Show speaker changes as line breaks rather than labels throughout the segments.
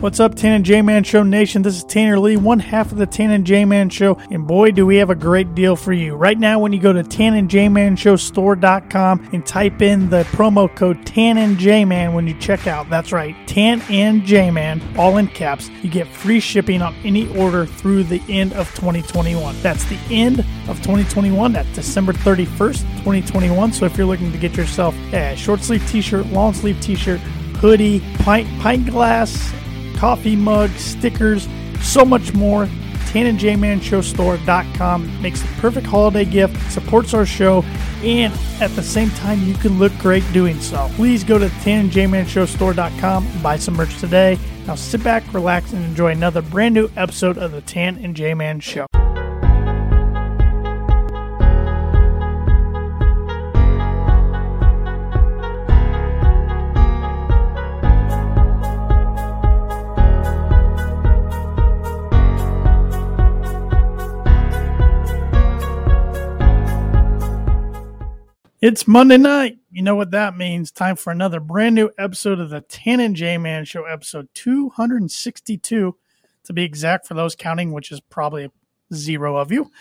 What's up, Tan and J Man Show Nation? This is Tanner Lee, one half of the Tan and J Man Show, and boy, do we have a great deal for you. Right now, when you go to Tan and J Man Show store.com and type in the promo code Tan and J Man when you check out, that's right, Tan and J Man, all in caps, you get free shipping on any order through the end of 2021. That's the end of 2021, that's December 31st, 2021. So if you're looking to get yourself a short sleeve t shirt, long sleeve t shirt, hoodie, pint, pint glass, coffee mug, stickers, so much more. Tan and JManShowStore.com makes the perfect holiday gift, supports our show, and at the same time, you can look great doing so. Please go to Tan and JManShowStore.com, buy some merch today. Now sit back, relax, and enjoy another brand new episode of the Tan and J Man Show. It's Monday night. You know what that means. Time for another brand new episode of the Tan and J Man Show, episode 262, to be exact for those counting, which is probably zero of you.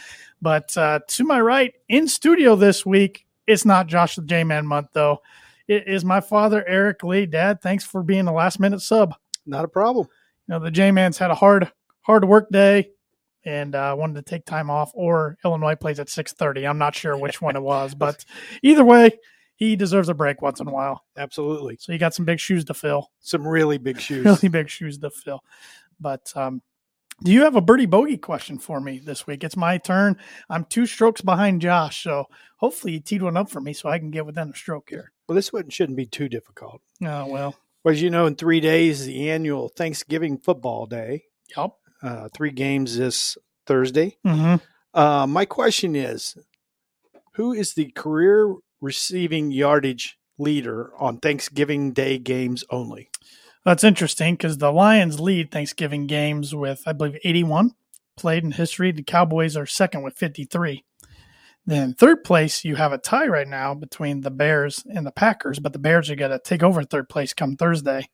But uh, to my right, in studio this week, it's not Josh the J Man month, though. It is my father, Eric Lee. Dad, thanks for being a last minute sub.
Not a problem.
You know, the J Man's had a hard, hard work day and uh, wanted to take time off or illinois plays at 6.30 i'm not sure which one it was but either way he deserves a break once in a while
Absolutely.
so you got some big shoes to fill
Some really big shoes.
really big shoes to fill but um, do you have a birdie bogey question for me this week it's my turn i'm two strokes behind josh so hopefully he teed one up for me so i can get within a stroke here
well, this one shouldn't be too difficult.
oh well
Well, as you know, in three days, the annual Thanksgiving football day,
yep
uh, three games this Thursday.
hmm
Uh, my question is who is the career receiving yardage leader on Thanksgiving Day games only?
That's interesting because the Lions lead Thanksgiving games with, I believe, 81 played in history. The Cowboys are second with 53. Then third place, you have a tie right now between the Bears and the Packers, but the Bears are going to take over third place come Thursday.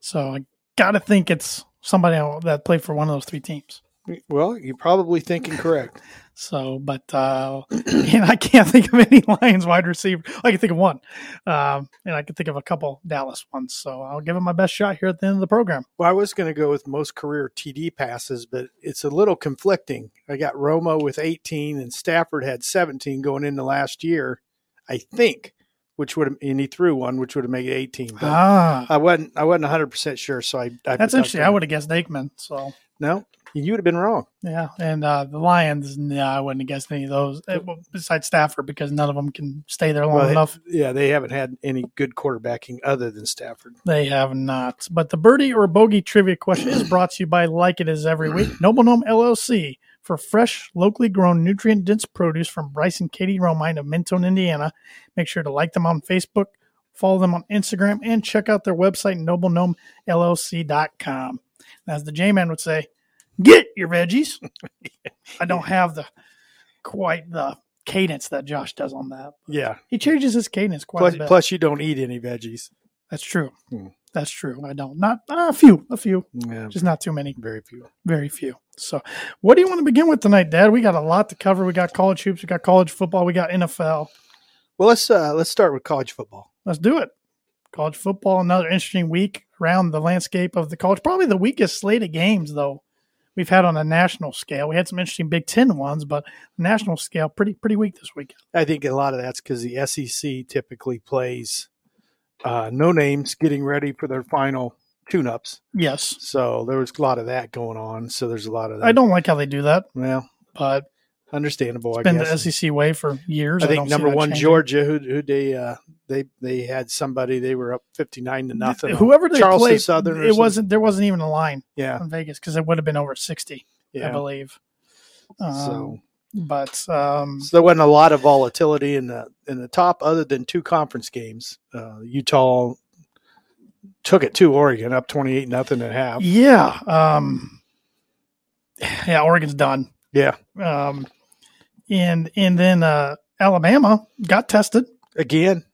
So I got to think it's somebody that played for one of those three teams.
Well, you're probably thinking correct.
So, but uh, and I can't think of any Lions wide receiver. I can think of one, um, and I can think of a couple Dallas ones. So I'll give it my best shot here at the end of the program.
Well, I was going to go with most career TD passes, but it's a little conflicting. I got Romo with 18 and Stafford had 17 going into last year, I think, which would have, and he threw one, which would have made it 18. But
Ah,
I wasn't, I wasn't 100% sure. So I, I
That's interesting. I
I-
would have guessed Aikman. So
no, you would have been wrong.
yeah, and uh, the Lions. No, I wouldn't have guessed any of those eh, well, besides Stafford because none of them can stay there long
Well,
enough.
Yeah. They haven't had any good quarterbacking other than Stafford.
They have not. But the birdie or bogey trivia question is brought to you by Like It Is Every Week, Noble Gnome LLC for fresh, locally grown, nutrient dense produce from Bryce and Katie Romine of Mentone, Indiana. Make sure to like them on Facebook, follow them on Instagram, and check out their website, noblegnomellc.com. As the J Man would say, get your veggies. I don't have the quite the cadence that Josh does on that.
Yeah.
He changes his cadence quite
Plus,
a bit.
plus you don't eat any veggies.
That's true.
Hmm.
That's true. I don't. Not uh, a few, a few,
Yeah.
just not too many,
Very few.
very few. So, what do you want to begin with tonight, Dad? We got a lot to cover. We got college hoops. We got college football. We got NFL.
Well, let's, uh, let's start with college football.
Let's do it. College football. Another interesting week around the landscape of the college. Probably the weakest slate of games though we've had on a national scale. We had some interesting Big Ten ones, but national scale pretty pretty weak this weekend.
I think a lot of that's because the SEC typically plays uh, no names getting ready for their final tune ups.
Yes,
So there was a lot of that going on. So there's a lot of that.
I don't like how they do that,
Well,
but
understandable. I
it's been
guess.
the SEC way for years.
I think
don't see
number
that
one,
changing.
Georgia, who, who they uh, they they had somebody they were up fifty nine to nothing. on
Whoever they
Charleston
played,
Southern, or
it
some-
wasn't. There wasn't even a line
Yeah,
on Vegas because it would have been over sixty, I
yeah.
believe. Um,
So,
but um,
so there wasn't a lot of volatility in the in the top, other than two conference games. Uh, Utah took it to Oregon, up twenty eight nothing at half.
yeah, um, yeah, Oregon's done.
Yeah.
um, and and then uh, Alabama got tested.
again.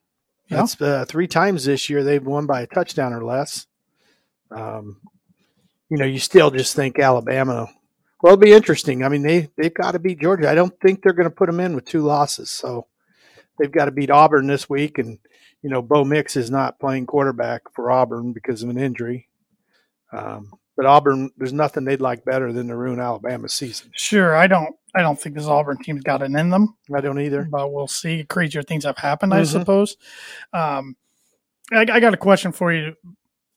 Yeah.
That's uh, three times this year they've won by a touchdown or less. Um, you know, you still just think Alabama. Well, it'll be interesting. I mean, they they've got to beat Georgia. I don't think they're going to put them in with two losses. So they've got to beat Auburn this week, and you know, Bo Mix is not playing quarterback for Auburn because of an injury. Um, but Auburn, there's nothing they'd like better than to ruin Alabama's season.
Sure, I don't. I don't think this Auburn team's got it in them,
I don't either.
but we'll see. Crazier things have happened, I
Mhm.
suppose. Um, I, I got a question for you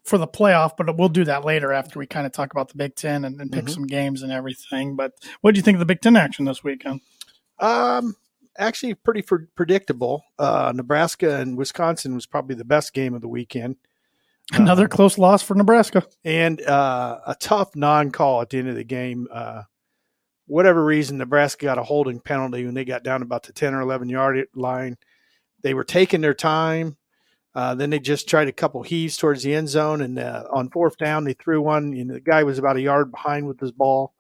for the playoff, but we'll do that later after we kind of talk about the Big Ten and, and pick
Mhm.
some games and everything. But what do you think of the Big Ten action this weekend?
Um, actually, pretty for, predictable. Uh, Nebraska and Wisconsin was probably the best game of the weekend.
Another
Um,
close loss for Nebraska.
and uh, a tough non-call at the end of the game. Uh, whatever reason, Nebraska got a holding penalty when they got down about the ten or eleven yard line. They were taking their time. Uh, then they just tried a couple heaves towards the end zone, and uh, on fourth down, they threw one. And the guy was about a yard behind with his ball,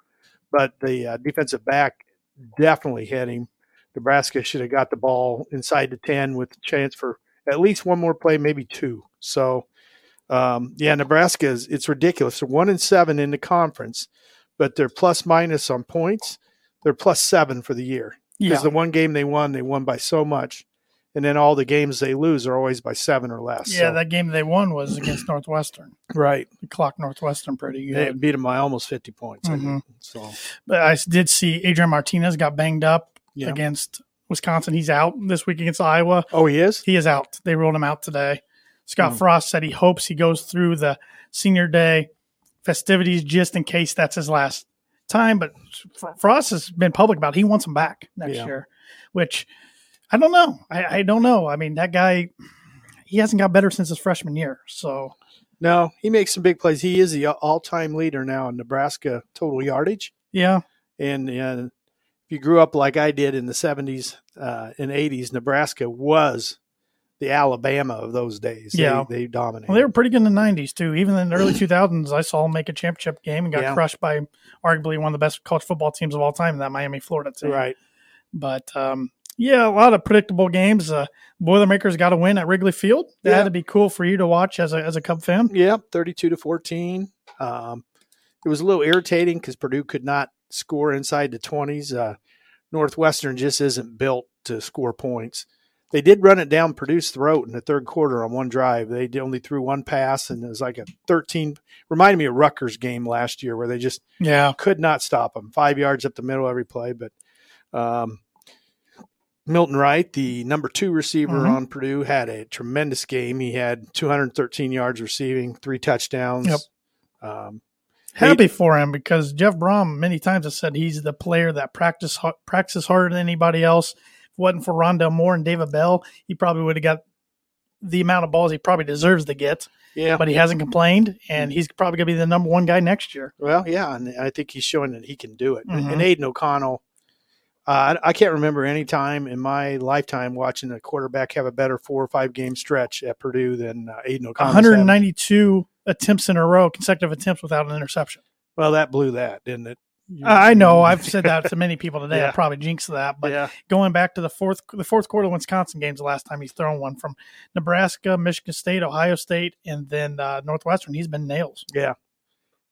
but the uh, defensive back definitely hit him. Nebraska should have got the ball inside the ten with a chance for at least one more play, maybe two. So um, yeah, Nebraska is it's ridiculous. They're one and seven in the conference, but they're plus minus on points. They're plus seven for the year
Yeah,
because the one game they won, they won by so much, and then all the games they lose are always by seven or less.
yeah.
So-
That game they won was against Northwestern.
right.
We clocked Northwestern pretty good.
They beat them by almost fifty points. I think.
Mhm.
So
But I did see Adrian Martinez got banged up
Yeah.
against Wisconsin. He's out this week against Iowa.
oh, he is.
He is out. They ruled him out today. Scott
Hmm.
Frost said he hopes he goes through the senior day festivities just in case that's his last time. But Fr- Frost has been public about it. he wants him back next
Yeah.
year, which I don't know. I, I don't know. I mean, that guy, he hasn't got better since his freshman year. So
No, he makes some big plays. He is the all-time leader now in Nebraska total yardage.
yeah,
and uh, if you grew up like I did in the 70s uh, and 80s, Nebraska was the Alabama of those days. They-
Yeah.
they, dominated.
Well, they were pretty good in the '90s too. Even in the early 2000s, I saw them make a championship game and got
Yeah.
crushed by arguably one of the best college football teams of all time, that Miami, Florida team.
right.
But um, yeah, a lot of predictable games. Uh, Boilermakers got a win at Wrigley Field. That
Yeah.
had to be cool for you to watch as a as a Cub fan.
Yeah, 32 to 14. Um, it was a little irritating because Purdue could not score inside the 20s. Uh, Northwestern just isn't built to score points. They did run it down Purdue's throat in the third quarter on one drive. They d- only threw one pass, and it was like a 13. Reminded me of Rutgers game last year where they just
Yeah,
could not stop him. Five yards up the middle every play, but um, Milton Wright, the number two receiver
Mhm.
on Purdue, had a tremendous game. He had 213 yards receiving, three touchdowns.
Yep.
Um,
happy for him because Jeff Brom many times has said he's the player that practice har- practices harder than anybody else. If it wasn't for Rondell Moore and David Bell, he probably would have got the amount of balls he probably deserves to get.
yeah.
But he hasn't complained, and he's probably going to be the number one guy next year.
Well, yeah, and I think he's showing that he can do it.
Mhm.
And Aiden O'Connell, uh, I I can't remember any time in my lifetime watching a quarterback have a better four or five game stretch at Purdue than uh, Aiden O'Connell.
192 attempts in a row, consecutive attempts without an interception.
Well, that blew that, didn't it?
Uh, I I know I've said that to many people today. I
Yeah.
probably jinxed that, but
yeah,
going back to the fourth the fourth quarter Wisconsin games, the last time he's thrown one from Nebraska, Michigan State, Ohio State, and then uh, Northwestern, he's been nails.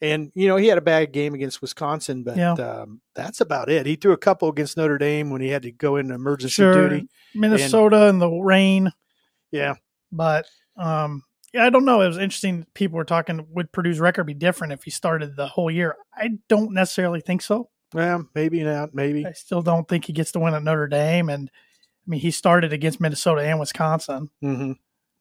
And you know he had a bad game against Wisconsin, but
Yeah.
um, that's about it. He threw a couple against Notre Dame when he had to go into emergency duty.
Minnesota and the rain,
Yeah,
but um, yeah, I don't know. It was interesting. People were talking would Purdue's record be different if he started the whole year? I don't necessarily think so.
well, maybe not. Maybe
I still don't think he gets to win at Notre Dame. And I mean, he started against Minnesota and Wisconsin.
hmm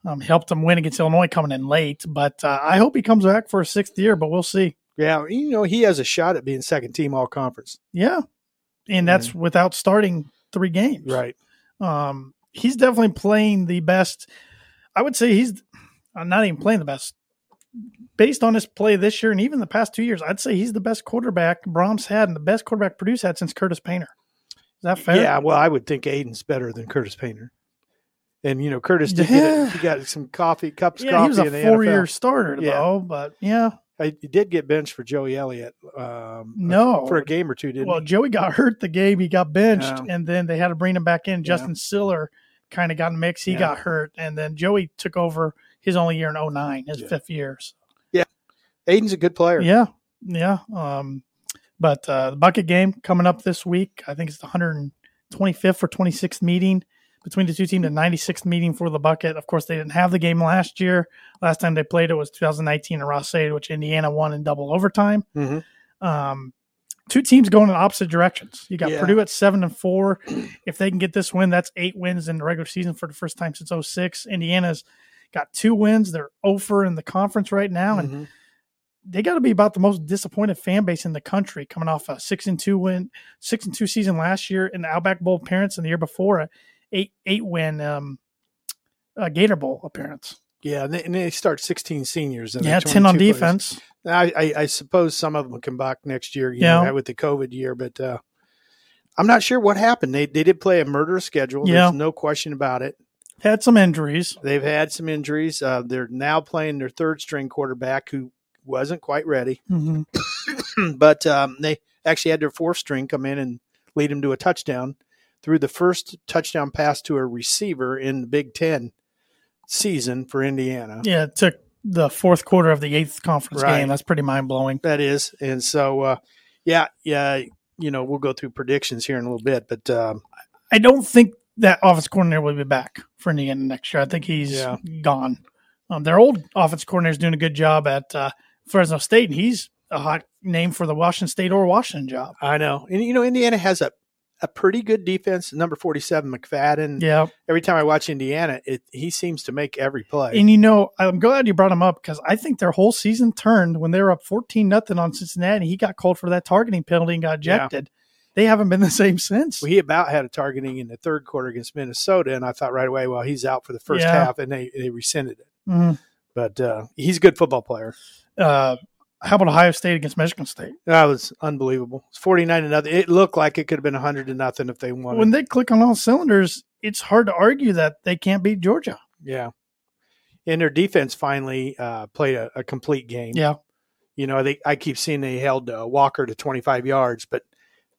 Um, helped him win against Illinois coming in late, but uh, I hope he comes back for a sixth year. But we'll see.
yeah. You know he has a shot at being second team all conference.
Yeah, and that's without starting three games.
Mm-hmm. Right.
Um, he's definitely playing the best. I would say he's uh, not even playing the best. Based on his play this year and even the past two years, I'd say he's the best quarterback Brahms had and the best quarterback Purdue's had since Curtis Painter. Is that fair?
Yeah. Well, I would think Aiden's better than Curtis Painter. And you know Curtis did get
Yeah.
it. he got some coffee cups.
Yeah,
coffee
he was a
in the
four-year
NFL.
starter
Yeah.
though, but yeah,
I, he did get benched for Joey Elliott. Um,
No.
for a game or two, didn't
well,
he?
Joey got hurt the game. He got benched,
Yeah.
and then they had to bring him back in.
Yeah.
Justin Siller kind of got mixed. He
Yeah.
got hurt, and then Joey took over his only year in 09, his
Yeah.
fifth year. So,
Aiden's a good player.
yeah, yeah. Um, but uh, the bucket game coming up this week. I think it's the 125th or 26th meeting between the two teams, the 96th meeting for the bucket. Of course, they didn't have the game last year. Last time they played it was 2019 in Rossade, which Indiana won in double overtime.
Mm-hmm.
Um, two teams going in opposite directions. You got
Yeah.
Purdue at seven and four. If they can get this win, that's eight wins in the regular season for the first time since 06. Indiana's got two wins. They're over in the conference right now, and
Mhm.
they got to be about the most disappointed fan base in the country coming off a six and two win, six and two season last year in the Outback Bowl appearance, and the year before a eight eight win um, uh, Gator Bowl appearance.
Yeah, and they, and they start 16 seniors. And
Yeah,
they're
ten on
22 players.
defense.
I, I, I suppose some of them come back next year, you
Yeah.
know, with the COVID year, but uh, I'm not sure what happened. They, they did play a murder schedule.
Yeah.
There's no question about it.
Had some injuries.
They've had some injuries. Uh, they're now playing their third string quarterback who wasn't quite ready,
Mm-hmm.
but um, they actually had their fourth string come in and lead him to a touchdown through the first touchdown pass to a receiver in the Big Ten season for Indiana.
Yeah, it took the fourth quarter of the eighth conference
Right.
game. That's pretty mind blowing.
That is. And so, uh, yeah, yeah, you know, we'll go through predictions here in a little bit, but um,
I don't think that offense coordinator will be back for Indiana next year. I think he's
Yeah.
gone. Um, their old offense coordinator is doing a good job at uh, Fresno State, and he's a hot name for the Washington State or Washington job.
I know. And, you know, Indiana has a, a pretty good defense. Number 47, McFadden.
Yeah,
Every time I watch Indiana, it, he seems to make every play.
and you know, I'm glad you brought him up because I think their whole season turned when they were up 14 nothing on Cincinnati. He got called for that targeting penalty and got
Yeah.
ejected. They haven't been the same since.
Well, he about had a targeting in the third quarter against Minnesota, and I thought right away, well, he's out for the first
Yeah.
half, and they, they rescinded it.
Mhm.
But uh, he's a good football player.
Uh, how about Ohio State against Michigan State?
That was unbelievable. It's 49 to nothing. It looked like it could have been 100 to nothing if they won.
when they click on all cylinders, it's hard to argue that they can't beat Georgia.
Yeah. And their defense finally uh, played a, a complete game.
Yeah.
You know, they I keep seeing they held uh, Walker to 25 yards, but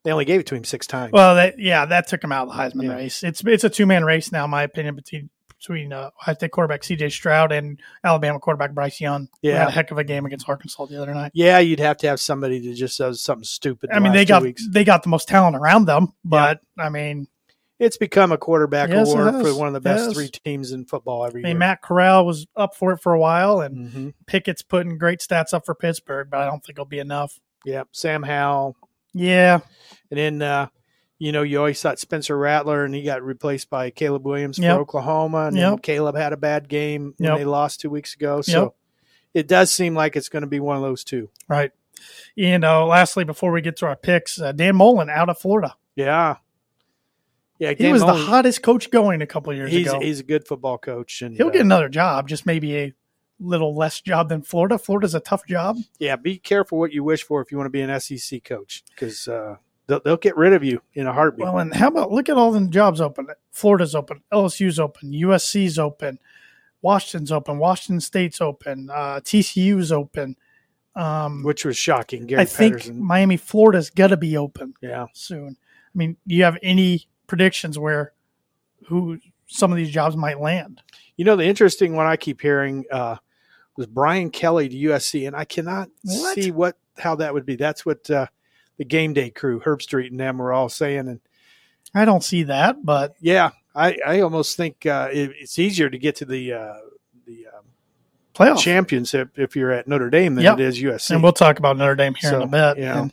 they only gave it to him six times.
Well, that yeah, that took him out of the Heisman
Yeah.
race. It's it's a two man race now, in my opinion, between between uh, Ohio State quarterback C.J. Stroud and Alabama quarterback Bryce Young. Who
Yeah.
had a heck of a game against Arkansas the other night.
yeah, you'd have to have somebody that just does something stupid. the
I mean,
last
they
two
got
weeks.
they got the most talent around them, but I mean,
It's become a quarterback
Yes, it
award
has.
for one of the
It
best
has.
three teams in football every
I mean,
year.
Matt Corral was up for it for a while, and
Mhm.
Pickett's putting great stats up for Pittsburgh, but I don't think it'll be enough.
Yeah, Sam Howell,
Yeah,
and then uh, you know you always thought Spencer Rattler, and he got replaced by Caleb Williams
Yep.
for Oklahoma, and then
Yep.
Caleb had a bad game and
Yep.
they lost two weeks ago. So it does seem like it's going to be one of those two.
right. You know, lastly, before we get to our picks, uh, Dan Mullen out of Florida.
Yeah, yeah.
He
Dan
was
Mullen,
the hottest coach going a couple of years
He's
ago.
he's a good football coach, and
He'll
uh,
get another job, just maybe a little less job than Florida. Florida's a tough job.
yeah. Be careful what you wish for if you want to be an SEC coach, because uh, they'll, they'll get rid of you in a heartbeat.
Well, and how about look at all the jobs open? Florida's open, LSU's open, USC's open, Washington's open, Washington State's open, uh, TCU's open. Um,
which was shocking. Gary
I think
Patterson.
Miami, Florida's got to be open
Yeah.
soon. I mean, do you have any predictions where who some of these jobs might land?
You know the interesting one I keep hearing uh, was Brian Kelly to USC, and I cannot
What?
see what how that would be. That's what uh, the game day crew, Herb Street, and them were all saying, and
I don't see that, but
yeah, I, I almost think uh, it, it's easier to get to the uh, the um,
playoff.
championship if you're at Notre Dame than
Yep.
it is USC.
And we'll talk about Notre Dame here in a
So,
bit.
yeah.
And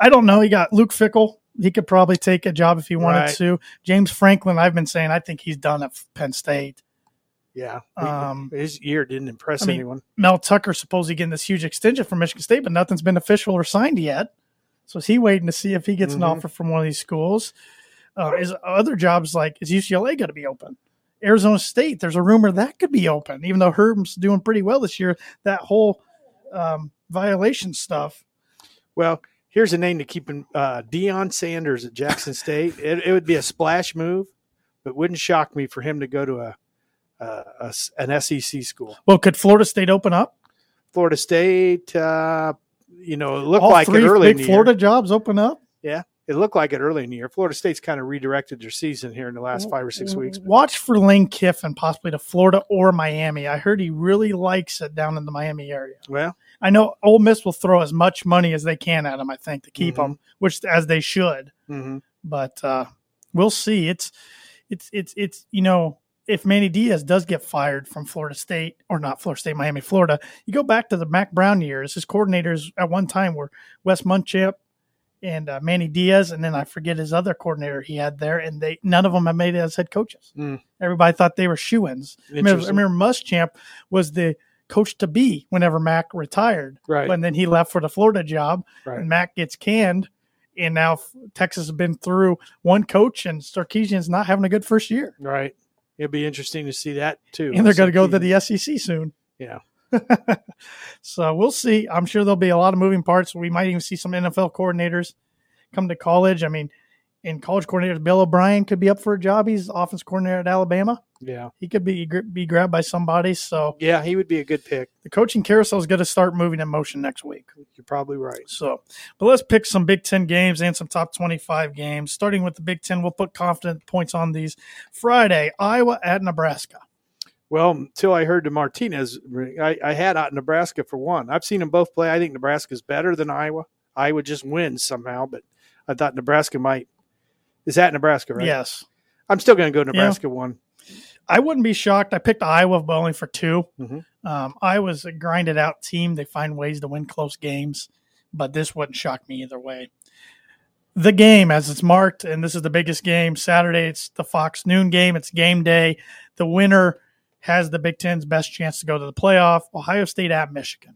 I don't know. He got Luke Fickle. He could probably take a job if he wanted
Right.
to. James Franklin, I've been saying, I think he's done at Penn State.
yeah,
Um,
his year didn't impress
I mean-
anyone.
Mel Tucker supposedly getting this huge extension from Michigan State, but nothing's been official or signed yet. So is he waiting to see if he gets
Mhm.
an offer from one of these schools? Uh, is other jobs like is UCLA going to be open? Arizona State, there's a rumor that could be open, even though Herb's doing pretty well this year. That whole um, violation stuff
Well, here's a name to keep in uh, Deion Sanders at Jackson State. It, it would be a splash move, but wouldn't shock me for him to go to a, a, a s- an SEC school.
Well, could Florida State open up?
Florida State, uh, you know, it looked
All
like
three
it early in
big
the
Florida
year.
jobs open up.
It looked like it early in the year. Florida State's kind of redirected their season here in the last five or six
Mm-hmm.
weeks.
Watch for Lane Kiffin possibly to Florida or Miami. I heard he really likes it down in the Miami area.
Well,
I know Ole Miss will throw as much money as they can at him. I think to keep
Mm-hmm.
him, which as they should.
Mhm.
But uh, we'll see. It's it's it's it's you know if Manny Diaz does get fired from Florida State or not Florida State, Miami, Florida, you go back to the Mac Brown years. His coordinators at one time were Wes Munchip and uh, Manny Diaz, and then I forget his other coordinator he had there, and they none of them have made it as head coaches.
Mm.
Everybody thought they were shoe ins. I remember, I
Interesting.
remember Muschamp was the coach to be whenever Mac retired,
Right.
and then he left for the Florida job,
Right.
and Mac gets canned. And now f- Texas has been through one coach, and Sarkeesian's not having a good first year,
Right. It'll be interesting to see that too.
and they're going to go to the SEC soon.
Yeah.
so we'll see. I'm sure there'll be a lot of moving parts. We might even see some NFL coordinators come to college. I mean, in college coordinators, Bill O'Brien could be up for a job. He's offense coordinator at Alabama.
Yeah.
He could be be grabbed by somebody. So
Yeah, he would be a good pick.
the coaching carousel is going to start moving in motion next week.
You're probably right.
So, but let's pick some Big Ten games and some top 25 games. Starting with the Big Ten, we'll put confident points on these. Friday, Iowa at Nebraska.
Well, until I heard to Martinez, I, I had out Nebraska for one. I've seen them both play. I think Nebraska's better than Iowa. Iowa just wins somehow, but I thought Nebraska might. Is that Nebraska, right?
Yes.
I'm still going to go Nebraska one.
I wouldn't be shocked. I picked Iowa, but only for 2
Mhm.
Um, Iowa's a grinded out team. They find ways to win close games, but this wouldn't shock me either way. The game, as it's marked, and this is the biggest game Saturday. It's the Fox noon game. It's game day. The winner has the Big Ten's best chance to go to the playoff. Ohio State at Michigan.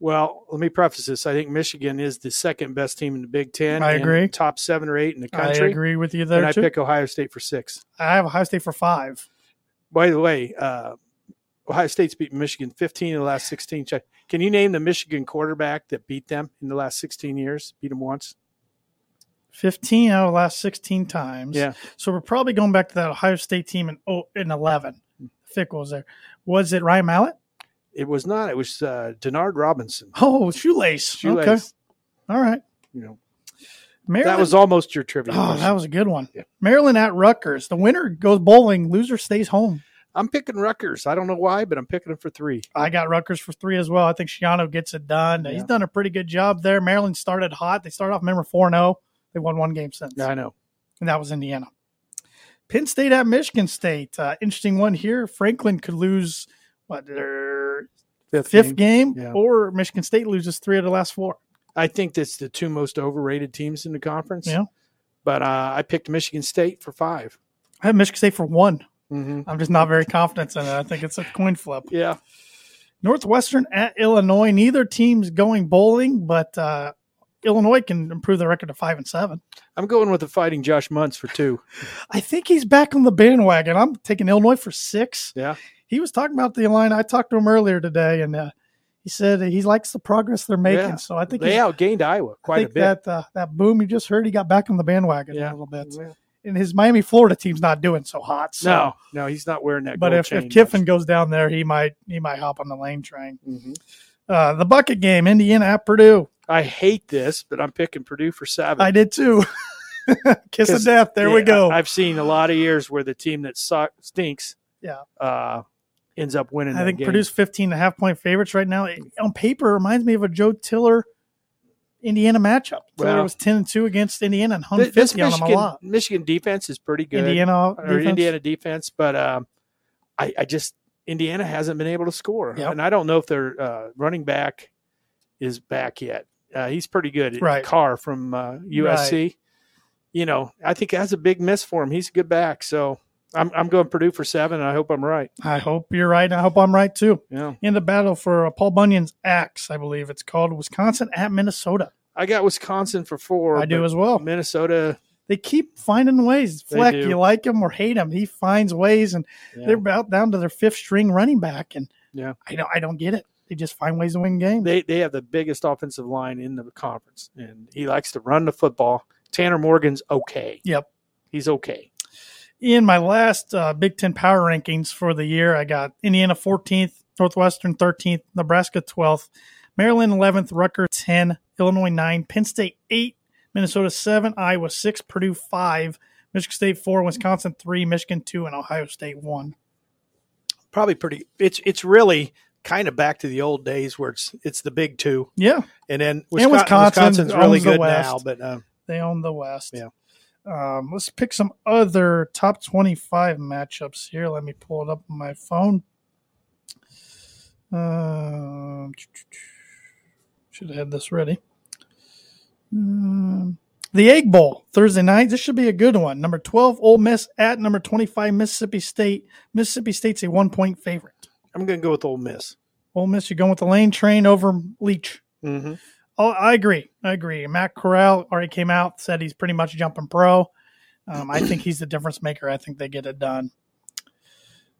Well, let me preface this. I think Michigan is the second best team in the Big Ten.
I
and
agree.
Top seven or eight in the
I
country.
agree with you there
And I
too.
pick Ohio State for six.
I have Ohio State for five.
By the way, uh, Ohio State's beaten Michigan 15 in the last 16. Check. Can you name the Michigan quarterback that beat them in the last 16 years? Beat them once.
15 out of the last 16 times.
Yeah.
So we're probably going back to that Ohio State team in, oh, in 11. Fickle was there. Was it Ryan Mallett?
It was not. It was uh, Denard Robinson.
Oh, shoelace. Okay.
Shoelace,
All right.
You know,
Maryland.
that was almost your trivia.
Oh,
question.
that was a good one.
Yeah.
Maryland at Rutgers. The winner goes bowling, loser stays home.
I'm picking Rutgers. I don't know why, but I'm picking them for three.
I got Rutgers for three as well. I think Shiano gets it done. He's
Yeah.
done a pretty good job there. Maryland started hot. They started off, remember, 4 0. They won one game since.
I know.
and that was Indiana. Penn State at Michigan State. Uh, interesting one here. Franklin could lose what their
Fifth,
fifth
game.
game,
Yeah.
or Michigan State loses three of the last four.
I think that's the two most overrated teams in the conference.
Yeah.
But uh, I picked Michigan State for 5
I have Michigan State for one.
Mm-hmm.
I'm just not very confident in it. I think it's a coin flip.
Yeah.
Northwestern at Illinois. Neither team's going bowling, but uh, Illinois can improve their record to five and seven.
I'm going with the fighting Josh Muntz for two.
I think he's back on the bandwagon. I'm taking Illinois for six.
Yeah.
He was talking about the line. I talked to him earlier today, and uh, he said he likes the progress they're making.
Yeah.
So I think
they
he's-
outgained Iowa
I
quite
think
a bit.
that uh, that boom you just heard, he got back on the bandwagon
Yeah.
a little bit.
Yeah.
And his Miami, Florida team's not doing so hot. So.
no, no, he's not wearing that.
But
gold
if,
chain.
if Kiffin goes down there, he might he might hop on the lane train.
Mhm.
Uh, the bucket game, Indiana at Purdue.
I hate this, but I'm picking Purdue for seven.
I did too. Kiss of
Kiss-
death. There we
Yeah,
go.
I, have seen a lot of years where the team that suck, stinks,
Yeah.
uh, ends up winning.
I
that
think
game.
Purdue's 15 and a half point favorites right now. It- on paper, it reminds me of a Joe Tiller Indiana matchup. Tiller
Well-
was 10 and 2 against Indiana and hung
Th-
50
this
on them a
Michigan,
lot.
Michigan defense is pretty good,
Indiana,
or
defense,
Indiana defense, but um, I, I just Indiana hasn't been able to score,
Yep.
and I don't know if their uh, running back is back yet. Uh, he's pretty good,
Right.
Carr from uh, USC. You know, I think that's a big miss for him. He's a good back, so I'm I'm going Purdue for seven, and I hope I'm right.
I hope you're right. And I hope I'm right too.
Yeah,
In the battle for uh, Paul Bunyan's axe, I believe it's called Wisconsin at Minnesota.
I got Wisconsin for four.
I do
but
as well.
Minnesota.
They keep finding ways.
They
Fleck,
do.
you like him or hate him, he finds ways, and
yeah.
they're about down to their fifth string running back. And
Yeah.
I don't, I don't get it. They just find ways to win games.
they they have the biggest offensive line in the conference, and he likes to run the football. Tanner Morgan's okay.
Yep.
He's okay.
in my last uh, Big Ten power rankings for the year, I got Indiana 14th, Northwestern 13th, Nebraska 12th, Maryland 11th, Rucker 10, Illinois 9, Penn State 8, Minnesota 7, Iowa 6, Purdue 5, Michigan State 4, Wisconsin 3, Michigan 2, and Ohio State 1.
Probably pretty. It's it's really kind of back to the old days where it's it's the big two,
Yeah,
and then
And
Wisconsin,
Wisconsin
Wisconsin's really
owns the
good
West.
now. But um,
they own the West.
Yeah.
Um, let's pick some other top 25 matchups here. Let me pull it up on my phone. Um, should have had this ready. Um, the Egg Bowl Thursday night. This should be a good one. Number 12, Ole Miss at number 25, Mississippi State. Mississippi State's a one point favorite.
I'm going to go with Ole Miss.
Ole Miss, you're going with the lane train over Leach.
Mm-hmm.
Oh, I agree. I agree. Matt Corral already came out, said he's pretty much jumping pro. Um, I think he's the difference maker. I think they get it done.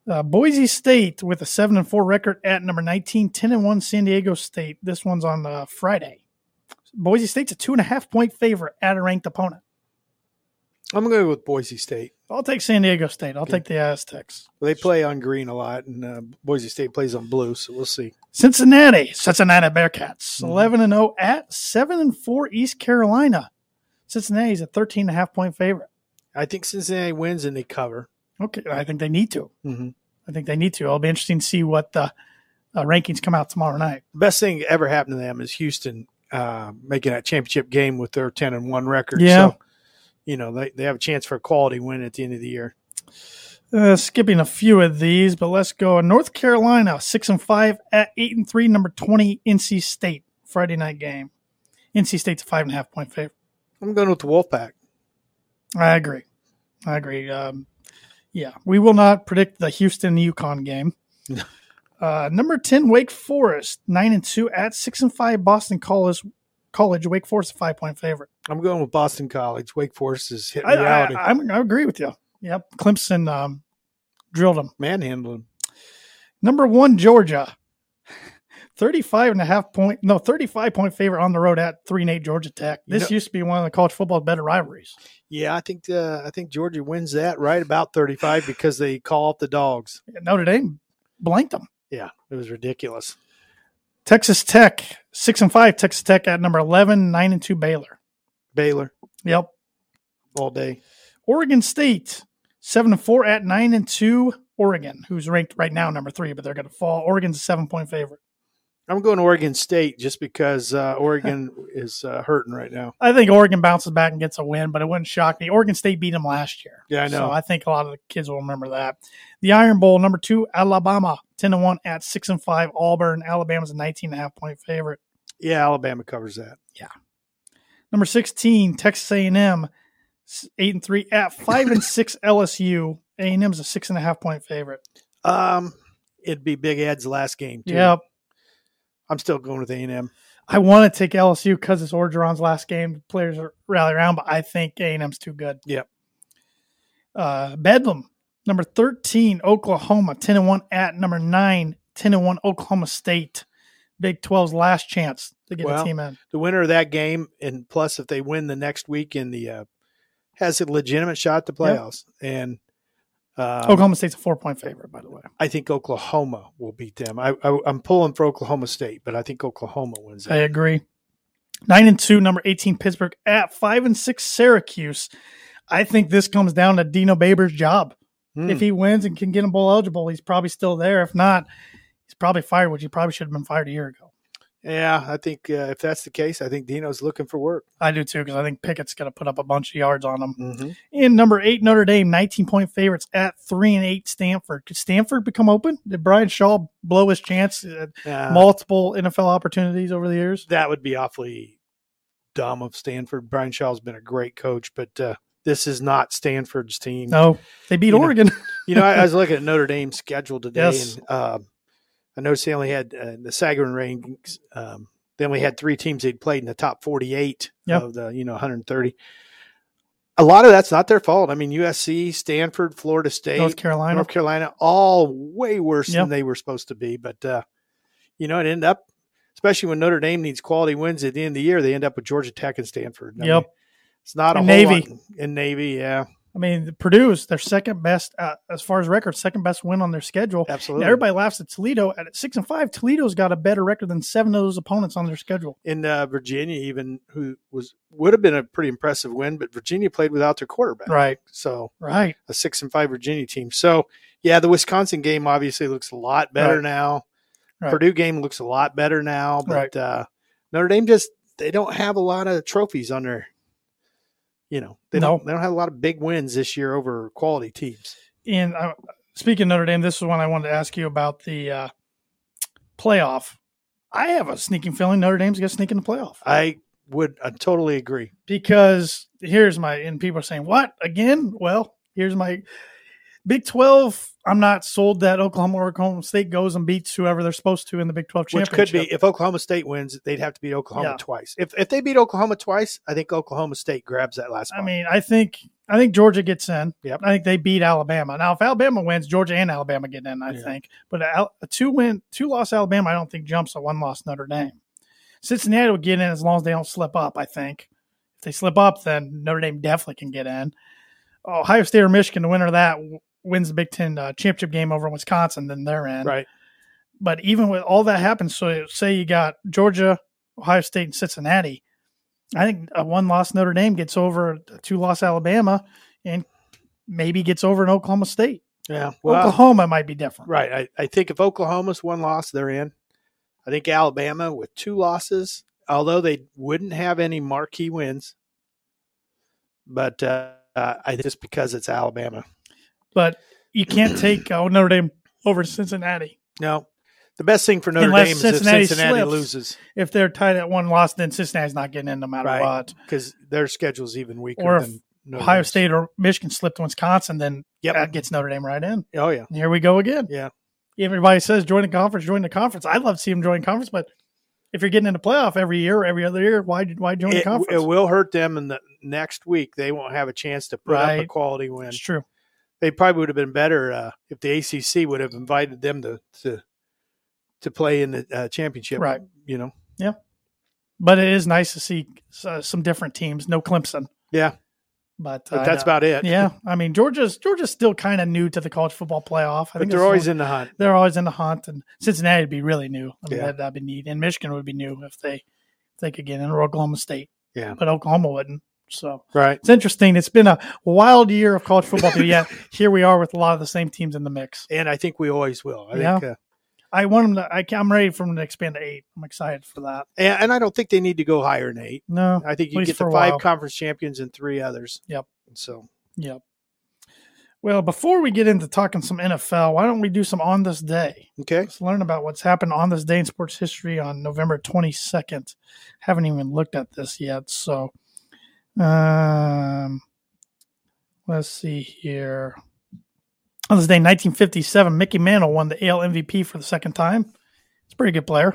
Uh, Boise State with a seven and four record at number 19, 10 and one San Diego State. This one's on uh, Friday. Boise State's a two and a half point favorite at a ranked opponent.
I'm going to go with Boise State.
I'll take San Diego State. I'll
Okay.
take the Aztecs.
They play on green a lot, and uh, Boise State plays on blue, so we'll see.
Cincinnati, Cincinnati Bearcats,
Mhm.
11 and 0 at 7 and 4 East Carolina. Cincinnati's a 13 and a half point favorite.
I think Cincinnati wins and they cover.
Okay, I think they need to.
Mm-hmm.
I think they need to. It'll be interesting to see what the uh, rankings come out tomorrow night.
Best thing ever happened to them is Houston uh, making that championship game with their ten and one record.
Yeah.
So, you know they, they have a chance for a quality win at the end of the year.
Uh, skipping a few of these, but let's go. North Carolina, six and five at eight and three, number twenty NC State Friday night game. NC State's a five and a half point favorite.
I'm going with the Wolfpack.
I agree. I agree. Um, yeah, we will not predict the Houston Yukon game. uh, number ten Wake Forest, nine and two at six and five Boston College. College Wake Forest a five point favorite.
I'm going with Boston College. Wake Forest is hit
I,
reality,
I, I'm- I agree with you. Yep. Clemson um, drilled them.
manhandling.
Number one, Georgia. 35 and a half point, no, 35 point favorite on the road at 3 and 8 Georgia Tech.
You
This
know-
used to be one of the college football's better rivalries.
Yeah, I think uh, I think Georgia wins that right about 35 because they call off the dogs.
Notre Dame blanked them.
Yeah, it was ridiculous.
Texas Tech, 6 and 5, Texas Tech at number 11, 9 and 2 Baylor.
Baylor
Yep.
all day.
Oregon State, 7 and 4 at 9 and 2 Oregon, who's ranked right now number 3, but they're going to fall. Oregon's a 7 point favorite.
I'm going Oregon State just because uh, Oregon is uh, hurting right now.
I think Oregon bounces back and gets a win, but it wouldn't shock me. Oregon State beat them last year.
Yeah, I know.
So I think a lot of the kids will remember that. The Iron Bowl, number two, Alabama, 10 to 1 at 6 and 5. Auburn, Alabama's a 19 and a half point favorite.
Yeah, Alabama covers that.
Number 16, Texas A&M, s- 8 and 3 at 5 and 6 LSU. A&M's a 6.5 point favorite.
Um, it'd be Big Ed's last game. Too.
Yep.
I'm still going with A&M.
I want to take LSU because it's Orgeron's last game. Players are rally around, but I think A&M's too good.
Yep.
Uh, Bedlam, number 13, Oklahoma, 10 and 1 at number 9, 10 and 1 Oklahoma State. Big 12's last chance to get
Well,
a team in.
The winner of that game, and plus if they win the next week in the uh, has a legitimate shot at the playoffs. And uh,
Oklahoma State's a four point favorite, by the way.
I think Oklahoma will beat them. I, I, I'm pulling for Oklahoma State, but I think Oklahoma wins.
I
It.
agree. 9 and 2, number 18 Pittsburgh at 5 and 6 Syracuse. I think this comes down to Dino Baber's job.
Hmm.
If he wins and can get him bowl eligible, he's probably still there. If not, he's probably fired, which he probably should have been fired a year ago.
yeah, I think uh, if that's the case, I think Dino's looking for work.
I do too, because I think Pickett's going to put up a bunch of yards on him.
Mm-hmm.
And number eight, Notre Dame, 19 point favorites at three and eight Stanford. Could Stanford become open? Did Brian Shaw blow his chance at
Uh,
multiple NFL opportunities over the years?
that would be awfully dumb of Stanford. Brian Shaw's been a great coach, but uh, this is not Stanford's team.
No, they beat
You know,
Oregon.
You know, I, I was looking at Notre Dame's schedule today,
Yes.
and um, I noticed they only had uh, the Sagarin rankings. Um, they only had three teams they'd played in the top 48
Yeah.
of the you know 130. A lot of that's not their fault. I mean, USC, Stanford, Florida State,
North Carolina.
North Carolina, all way worse
Yeah.
than they were supposed to be. But uh, you know, it ended up, especially when Notre Dame needs quality wins at the end of the year, they end up with Georgia Tech and Stanford.
Yep.
it's not a
And
whole
Navy.
lot- and Navy. Yeah,
I mean, Purdue's their second best, uh, as far as record, second best win on their schedule. And
absolutely.
everybody laughs at Toledo at six and five. Toledo's got a better record than seven of those opponents on their schedule.
in uh, Virginia, even who was would have been a pretty impressive win, but Virginia played without their quarterback.
Right,
So
right.
a six and five Virginia team. So yeah, the Wisconsin game obviously looks a lot better
Right.
now.
Right.
Purdue game looks a lot better now, but
Right.
uh, Notre Dame just they don't have a lot of trophies on their. You know they
No.
don't they don't have a lot of big wins this year over quality teams.
And uh, speaking of Notre Dame, this is one I wanted to ask you about the uh, playoff. I have a sneaking feeling Notre Dame's going to sneak in the playoff
I would I totally agree.
because here's my and people are saying what again? Well, here's my Big Twelve. I'm not sold that Oklahoma or Oklahoma State goes and beats whoever they're supposed to in the Big Twelve
Which
championship.
could be if Oklahoma State wins, they'd have to beat Oklahoma
Yeah.
twice. If if they beat Oklahoma twice, I think Oklahoma State grabs that last.
I
spot.
mean, I think I think Georgia gets in.
Yep.
I think they beat Alabama. Now, if Alabama wins, Georgia and Alabama get in. I
Yeah.
think, but a, Al- a two win, two loss Alabama, I don't think jumps a one loss Notre Dame. Cincinnati will get in as long as they don't slip up. I think if they slip up, then Notre Dame definitely can get in. Ohio State or Michigan, the winner of that w- wins the Big Ten uh, championship game over Wisconsin, then they're in.
right?
But even with all that happens, so say you got Georgia, Ohio State, and Cincinnati, I think a one loss Notre Dame gets over a two loss Alabama and maybe gets over an Oklahoma State.
Yeah. Well,
Oklahoma might be different.
Right. I, I think if Oklahoma's one loss, they're in. I think Alabama with two losses, although they wouldn't have any marquee wins, but uh, uh, I just because it's Alabama.
But you can't take uh, Notre Dame over Cincinnati.
No, the best thing for Notre
Unless
Dame
Cincinnati
is if Cincinnati
slips.
loses
If they're tied at one loss, then Cincinnati's not getting in no matter
Right.
what.
because their schedule's even weaker
Or if
than Notre
Ohio
Dame's.
State or Michigan slipped to Wisconsin, then
Yep.
that gets Notre Dame right in.
Oh yeah.
And here we go again.
Yeah.
Everybody says join the conference, join the conference. I'd love to see them join conference, but if you're getting in the playoff every year or every other year, why why join the
It,
conference?
it will hurt them in the next week. They won't have a chance to put up a
Right.
quality win.
That's true.
they probably would have been better uh, if the ACC would have invited them to to to play in the uh, championship.
Right.
You know.
But it is nice to see uh, some different teams. No Clemson.
Yeah.
But,
But
uh,
that's about it.
yeah. I mean, Georgia's Georgia's still kind of new to the college football playoff. I
But they're always in the hunt.
they're always in the hunt, and Cincinnati would be really new. I mean,
Yeah.
that would be neat, and Michigan would be new if they if they could get in or Oklahoma State.
Yeah.
but Oklahoma wouldn't. So
Right.
It's interesting. It's been a wild year of college football, but yet here we are with a lot of the same teams in the mix.
And I think we always will. I
Yeah.
think, uh,
I want them to. I, I'm ready for them to expand to eight. I'm excited for that.
and, and I don't think they need to go higher than eight.
No,
I think
At
you
least
get
for
the
a
five
while.
conference champions and three others.
Yep.
So
yep. Well, before we get into talking some NFL, why don't we do some on this day?
okay.
Let's learn about what's happened on this day in sports history on November 22nd. Haven't even looked at this yet, so um, let's see here. On this day, in 1957, Mickey Mantle won the AL MVP for the second time. It's a pretty good player.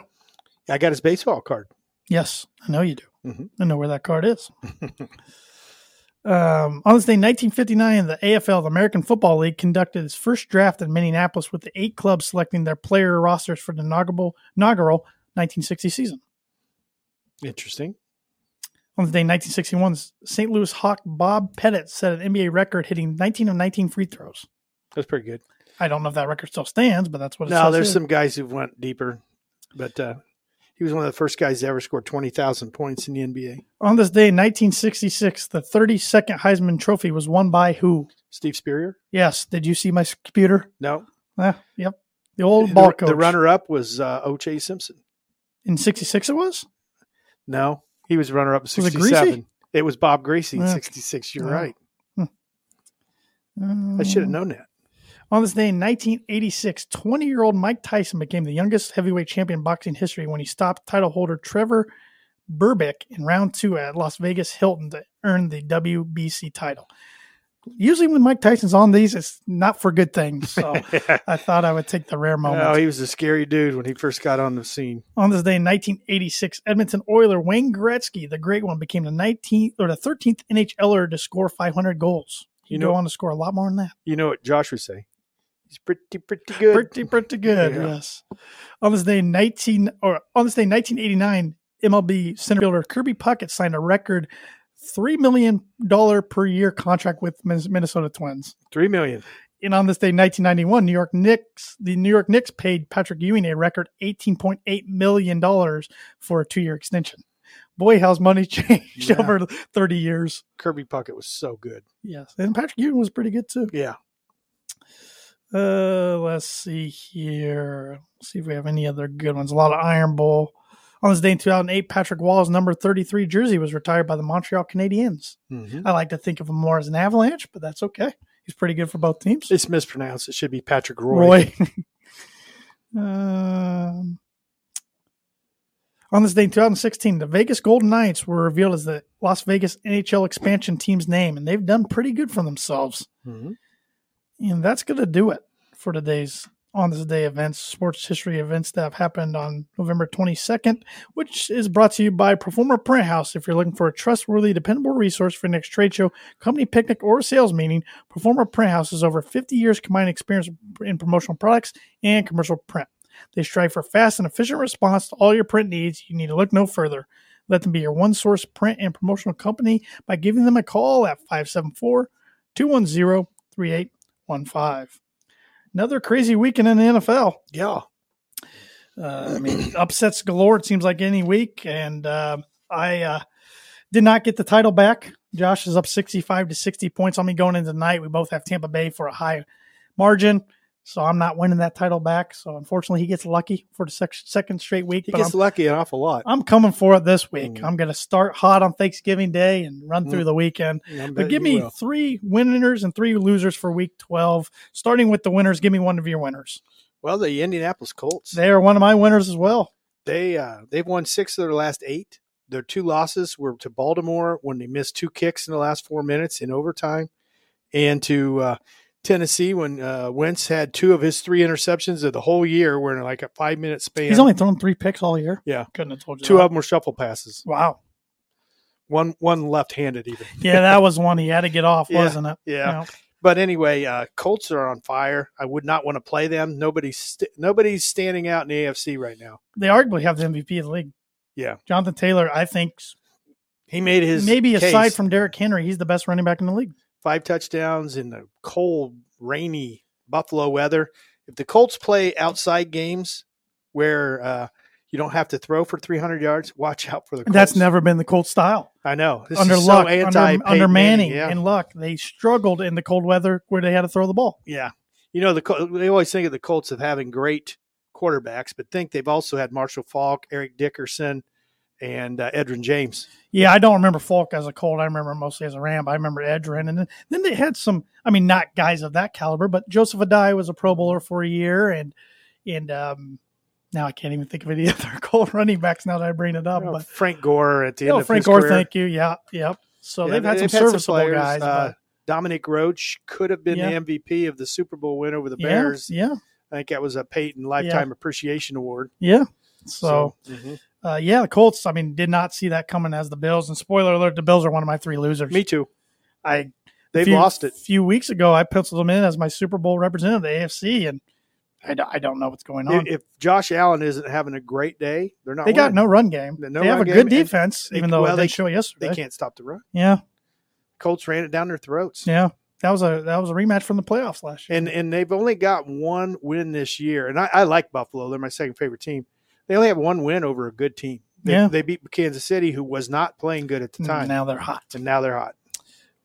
I got his baseball card.
Yes, I know you do.
Mhm.
I know where that card is. um, on this day, 1959, the AFL, the American Football League, conducted its first draft in Minneapolis with the eight clubs selecting their player rosters for the inaugural, inaugural 1960 season.
Interesting.
On the day, 1961, St. Louis Hawk Bob Pettit set an NBA record hitting 19 of 19 free throws.
That's pretty good.
I don't know if that record still stands, but that's what it
No,
says
there's
here.
some guys who went deeper, but uh, he was one of the first guys to ever score twenty thousand points in the NBA.
On this day, in 1966, the 32nd Heisman Trophy was won by who?
Steve Spurrier.
Yes, did you see my s- computer?
No,
Yeah, yep. The old
The-
ball
the,
coach.
runner up was uh, O.J. Simpson.
in '66 it was.
No, he was runner up in
it Greasy?
67. It was Bob Greasy in
Yeah.
66. You're
Yeah.
right.
I
I should have known that.
On this day in 1986, 20-year-old Mike Tyson became the youngest heavyweight champion in boxing history when he stopped title holder Trevor Burbick in round two at Las Vegas Hilton to earn the WBC title. Usually, when Mike Tyson's on these, it's not for good things. So I thought I would take the rare moment.
oh, he was a scary dude when he first got on the scene.
On this day in 1986, Edmonton Oiler Wayne Gretzky, the great one, became the 19th or the 13th NHLer er to score 500 goals. He
You
you know,
know-
go on to score a lot more than that.
You know what Josh would say? He's pretty, pretty good.
Pretty, pretty good.
Yeah.
Yes. On this day in 19 or on this day in 1989, MLB center fielder Kirby Puckett signed a record three million dollar per year contract with Min- Minnesota Twins.
Three million.
And on this day, in 1991, New York Knicks, the New York Knicks paid Patrick Ewing a record 18.8 million dollars for a two-year extension. Boy, how's money changed
Yeah.
over 30 years?
Kirby Puckett was so good.
Yes, and Patrick Ewing was pretty good too.
Yeah.
Uh, let's see here. Let's see if we have any other good ones. A lot of Iron Bowl. On this day in 2008, Patrick Wall's number 33 jersey was retired by the Montreal Canadiens.
Mhm.
I like to think of him more as an Avalanche, but that's okay. He's pretty good for both teams.
It's mispronounced. It should be Patrick Roy.
Roy. um, on this day in 2016, the Vegas Golden Knights were revealed as the Las Vegas NHL expansion team's name, and they've done pretty good for themselves.
Mhm.
And that's going to do it for today's on this day events, sports history events that have happened on November 22nd, which is brought to you by Performer Print House. If you're looking for a trustworthy, dependable resource for your next trade show, company picnic, or sales meeting, Performer Print House has over 50 years combined experience in promotional products and commercial print. They strive for fast and efficient response to all your print needs. You need to look no further. Let them be your one source print and promotional company by giving them a call at 574 210 3815. Another crazy weekend in the NFL.
Yeah.
Uh, I mean, upsets galore, it seems like any week. And uh, I uh, did not get the title back. Josh is up 65 to 60 points on me going into the night. We both have Tampa Bay for a high margin. So I'm not winning that title back. So unfortunately, he gets lucky for the sec- second straight week.
He
but
gets lucky an awful lot.
I'm, I'm coming for it this week.
Mm.
I'm going to start hot on Thanksgiving Day and run through the weekend.
Yeah, I
But
bet
give
you
me
will.
three winners and three losers for week 12. Starting with the winners, give me one of your winners.
Well, the Indianapolis Colts.
They are one of my winners as well.
They uh, they've won six of their last eight. Their two losses were to Baltimore when they missed two kicks in the last four minutes in overtime, and to uh, Tennessee when uh, Wentz had two of his three interceptions of the whole year, were in like a five minute span.
He's only thrown three picks all year.
Yeah.
Couldn't have told you.
two
that.
of them were shuffle passes.
Wow.
One one left handed even.
Yeah, that was one he had to get off,
Yeah.
wasn't it?
Yeah.
No.
But anyway, uh, Colts are on fire. I would not want to play them. Nobody's st- nobody's standing out in the AFC right now.
They arguably have the MVP of the league.
Yeah.
Jonathan Taylor, I think,
He made his
maybe
case.
aside from Derrick Henry, he's the best running back in the league.
five touchdowns in the cold, rainy Buffalo weather. If the Colts play outside games where uh, you don't have to throw for 300 yards, watch out for the Colts.
That's never been the Colts style.
I know. This
under
is
luck,
so anti
under, under Manning
Yeah.
and luck, they struggled in the cold weather where they had to throw the ball.
yeah. You know, the Col- they always think of the Colts of having great quarterbacks, but think they've also had Marshall Falk, Eric Dickerson, and uh, Edrin James.
Yeah, I don't remember Falk as a Colt. I remember mostly as a Ram. But I remember Edrin, and then, then they had some. I mean, not guys of that caliber, but Joseph Adai was a Pro Bowler for a year, and and um, now I can't even think of any other Colt running backs. Now that I bring it up,
You know,
Oh, but
Frank Gore at the
you
Oh, end
know,
of
Frank
his
Gore,
career.
thank you. Yeah, yep. So
Yeah,
they've had some
had
serviceable
players.
guys.
Uh,
but-
Dominic Roach could have been
Yeah.
the MVP of the Super Bowl win over the
yeah,
Bears.
yeah,
I think that was a Peyton Lifetime Appreciation Award.
yeah. So,
mhm.
uh, yeah, the Colts. I mean, did not see that coming as the Bills. And spoiler alert: the Bills are one of my three losers.
me too.
I
They've
few-
lost it.
few weeks ago, I penciled him in as my Super Bowl representative, of the AFC, and I don't, I don't know what's going on.
If, if Josh Allen isn't having a great day, they're not.
they got
winning.
no run game.
No- no
they have a
run
good
game, and
defense,
they-
even though
well,
they
they-
didn't show it
They
yesterday.
can't stop the run.
Yeah,
Colts ran it down their throats,
yeah. That was a that was a rematch from the playoffs last year.
and and they've only got one win this year. And I, I like Buffalo; they're my second favorite team. They only have one win over a good team. They,
Yeah.
they beat Kansas City, who was not playing good at the time,
Mm, Now they're hot.
and now they're hot.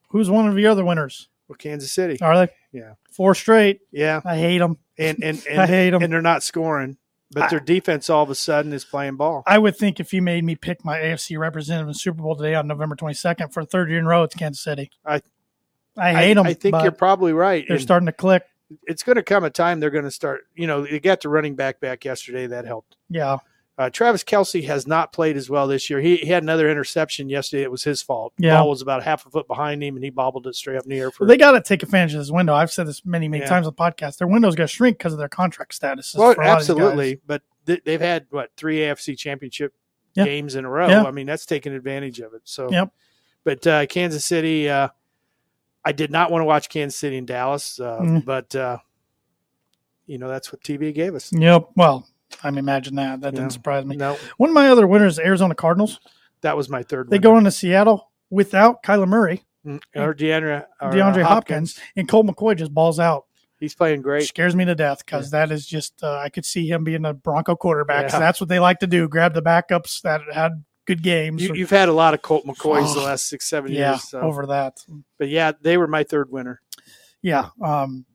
Who's one of your other winners?
Well, Kansas City,
Are they?
Yeah.
four straight.
yeah,
I hate them.
and and
I
and,
hate them.
and they're not scoring,
I-
but their defense all of a sudden is playing ball.
I would think if you made me pick my AFC representative in Super Bowl today on November 22nd for a third year in a row, it's Kansas City.
I-
I hate them.
I think you're probably right.
they're
and-
starting to click.
it's going to come a time they're going to start. You know, they got the running back back yesterday. That helped.
Yeah,
Uh, Travis Kelsey has not played as well this year. He, he had another interception yesterday. It was his fault.
Yeah.
Ball was about half a foot behind him, and he bobbled it straight up in the air. For
Well, they got to take advantage of this window. I've said this many, many
Yeah.
times on the podcast. Their window's going to shrink because of their contract status.
Well, absolutely. But th- they've had what three AFC Championship
Yeah.
games in a row.
Yeah.
I mean, that's taking advantage of it. So,
Yep.
But uh, Kansas City, uh, I did not want to watch Kansas City and Dallas, uh,
Mm.
but uh, you know that's what TV gave us.
Yep. Well, I mean, imagine that. That
Yeah.
didn't surprise me.
No,
One of my other winners, Arizona Cardinals.
that was my third.
They
winner.
go into Seattle without Kyler Murray.
Mm, or DeAndre, or, uh,
DeAndre Hopkins and Cole McCoy just balls out.
He's playing great.
Scares me to death because that is just, uh, I could see him being a Bronco quarterback. So
Yeah.
that's what they like to do grab the backups that had good games.
You,
or-
you've had a lot of Colt McCoys the last six, seven
Oh. yeah,
years. So.
over that.
But yeah, they were my third winner.
Yeah. Um,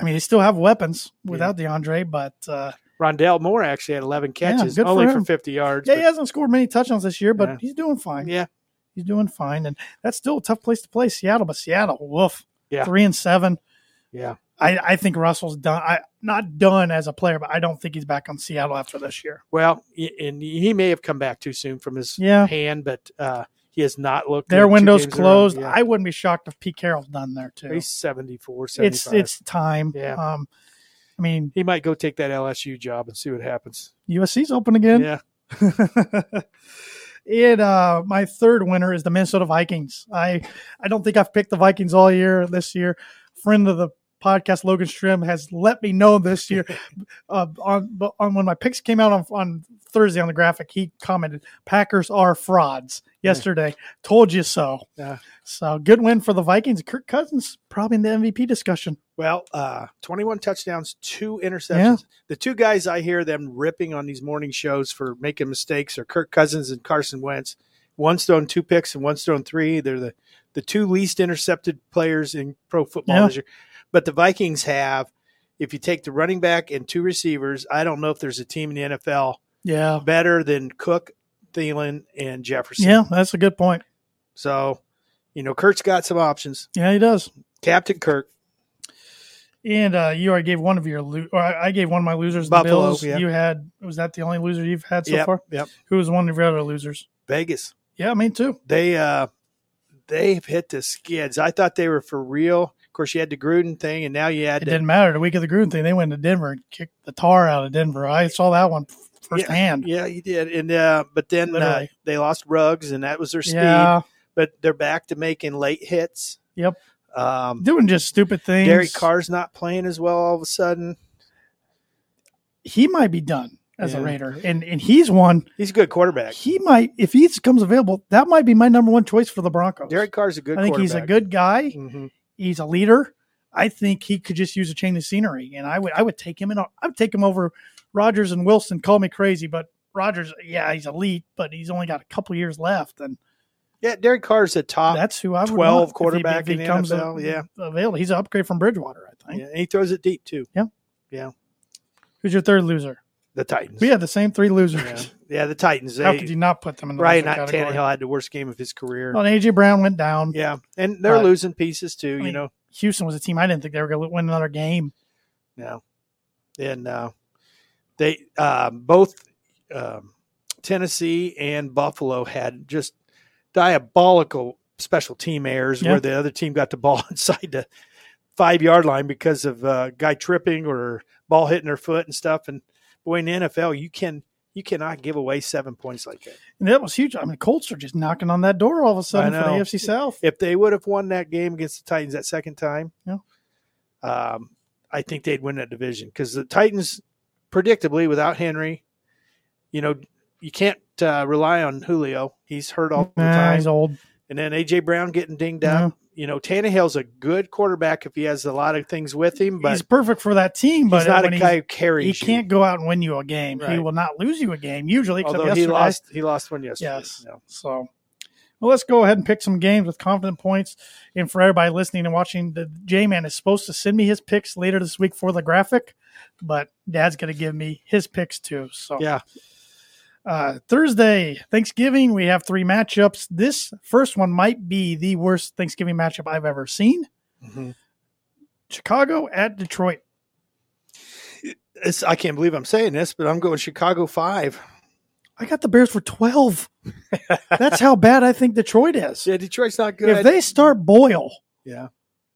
I mean, they still have weapons without DeAndre, but uh,
Rondell Moore actually had 11 catches,
good for
only for,
him.
50 yards.
yeah, he
but-
hasn't scored many touchdowns this year, but
Yeah.
he's doing fine.
yeah.
He's doing fine, and that's still a tough place to play, Seattle. But Seattle, woof,
Yeah.
three and seven.
yeah.
I, I think Russell's done. I not done as a player, but I don't think he's back on Seattle after this year.
Well, y- and he may have come back too soon from his
Yeah.
hand, but uh, he has not looked.
Their
good two
window's
games in a row.
closed.
Yeah.
I wouldn't be shocked if Pete Carroll's done there too.
He's 74, 75.
It's it's time.
Yeah.
Um, I mean
he might go take that LSU job and see what happens.
USC's open again.
Yeah.
it uh my third winner is the Minnesota Vikings. I I don't think I've picked the Vikings all year this year. Friend of the podcast Logan Strim has let me know this year uh, on but on when my picks came out on on Thursday on the graphic he commented Packers are frauds yesterday. Told you so.
Yeah.
So good win for the Vikings. Kirk Cousins probably in the MVP discussion.
Well, uh, 21 touchdowns, two interceptions.
Yeah.
The two guys I hear them ripping on these morning shows for making mistakes are Kirk Cousins and Carson Wentz. One's thrown two picks and one's thrown three. They're the, the two least intercepted players in pro football
Yeah.
this year. But the Vikings have, if you take the running back and two receivers, I don't know if there's a team in the NFL
Yeah.
better than Cook, Thielen, and Jefferson.
Yeah, that's a good point.
So, you know, Kirk's got some options.
Yeah, he does.
Captain Kirk.
And uh, you already gave one of your, lo- or I I gave one of my losers the
Buffalo,
Bills.
yeah.
You had was that the only loser you've had so
yep,
far?
Yep.
Who was one of your other losers?
Vegas.
Yeah, me too.
they uh they've hit the skids. I thought they were for real. Of course, you had the Gruden thing, and now you
It
had the,
didn't matter. The week of the Gruden thing, they went to Denver and kicked the tar out of Denver. I saw that one firsthand.
yeah, you did, and uh, but then uh,
Literally.
they lost Rugs, and that was their speed.
Yeah,
But they're back to making late hits.
Yep.
Um,
doing just stupid things.
Derek Carr's not playing as well all of a sudden.
he might be done as a
Yeah.
Raider, and and he's one.
He's a good quarterback.
He might, if he comes available, that might be my number one choice for the Broncos.
Derek Carr's a good.
I think he's a
quarterback.
good guy.
Mhm.
he's a leader. I think he could just use a change of scenery, and I would I would take him in. I would take him over Rogers and Wilson. Call me crazy, but Rogers, yeah, he's elite, but he's only got a couple years left, and
Yeah, Derek Carr's a top.
that's who I would
12
want if he-
Uh, quarterback
if he
in the
becomes
NFL, yeah.
available. He's an upgrade from Bridgewater, I think.
yeah, and he throws it deep too.
Who's your third loser?
The Titans.
We had the same three losers.
yeah, Yeah, the Titans.
How
They,
could you not put them in the
Ryan
loser category? Oh,
Tannehill had the worst game of his career.
Well, and AJ Brown went down.
Yeah, and they're
But-
losing pieces too.
I
you
mean-
know,
Houston was a team I didn't think they were going to win another game.
now and uh, they uh, both um, Tennessee and Buffalo had just diabolical special team errors
Yeah.
where the other team got the ball inside the five yard line because of uh, guy tripping or ball hitting their foot and stuff. And boy, in the NFL, you can you cannot give away seven points like that.
And that was huge. I mean, Colts are just knocking on that door all of a sudden for the
know.
AFC South.
if they would have won that game against the Titans that second time,
Yeah.
um, I think they'd win that division because the Titans, predictably, without Henry, you know, you can't uh, rely on Julio. He's hurt all the
Nah,
time.
he's old.
And then AJ Brown getting dinged up. You know, Tannehill's a good quarterback if he has a lot of things with him, but
he's
he's,
perfect for that team, but uh,
not a
when
guy who carries.
he
you.
can't go out and win you a game. He
Right.
will not lose you a game usually, except
Although
yesterday.
he lost, he lost one yesterday.
Yes.
Yeah.
So, well, let's go ahead and pick some games with confident points. And for everybody listening and watching, the J Man is supposed to send me his picks later this week for the graphic, but Dad's going to give me his picks too. So,
Yeah.
Uh, Thursday, Thanksgiving, we have three matchups. This first one might be the worst Thanksgiving matchup I've ever seen. Mm-hmm.
Mhm.
Chicago at Detroit.
It's- I can't believe I'm saying this, but I'm going Chicago five.
I got the Bears for 12. That's how bad I think Detroit is.
Yeah, Detroit's not good.
If they start Boyle,
yeah,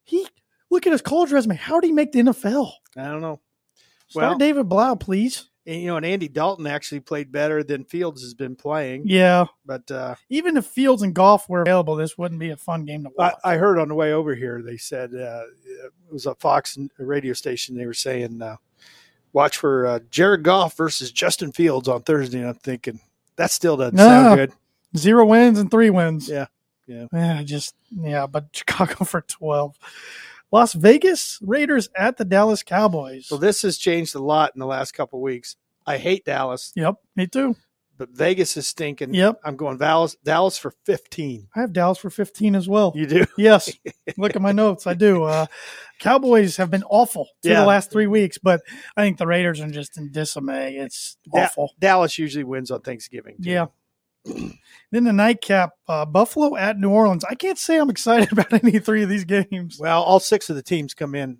he look at his college resume. How did he make the NFL?
I don't know.
Start
Well-
David Blau, please.
and, you know, and Andy Dalton actually played better than Fields has been playing.
Yeah.
But uh,
Even if Fields and Golf were available, this wouldn't be a fun game to
I,
watch.
I heard on the way over here they said uh, it was a Fox radio station. They were saying uh, watch for uh, Jared Goff versus Justin Fields on Thursday, and I'm thinking that still doesn't
No.
sound good.
Zero wins and three wins.
Yeah. Yeah.
Yeah, just yeah, but Chicago for 12. Las Vegas Raiders at the Dallas Cowboys.
So this has changed a lot in the last couple of weeks. I hate Dallas.
yep, me too.
but Vegas is stinking.
Yep.
I'm going Dallas, Dallas for 15.
I have Dallas for 15 as well.
You do?
Yes. Look at my notes. I do. Uh, Cowboys have been awful for
Yeah.
the last three weeks, but I think the Raiders are just in dismay. It's
Yeah.
awful.
Dallas usually wins on Thanksgiving. too.
Yeah. then the nightcap, uh, Buffalo at New Orleans. I can't say I'm excited about any three of these games.
Well, all six of the teams come in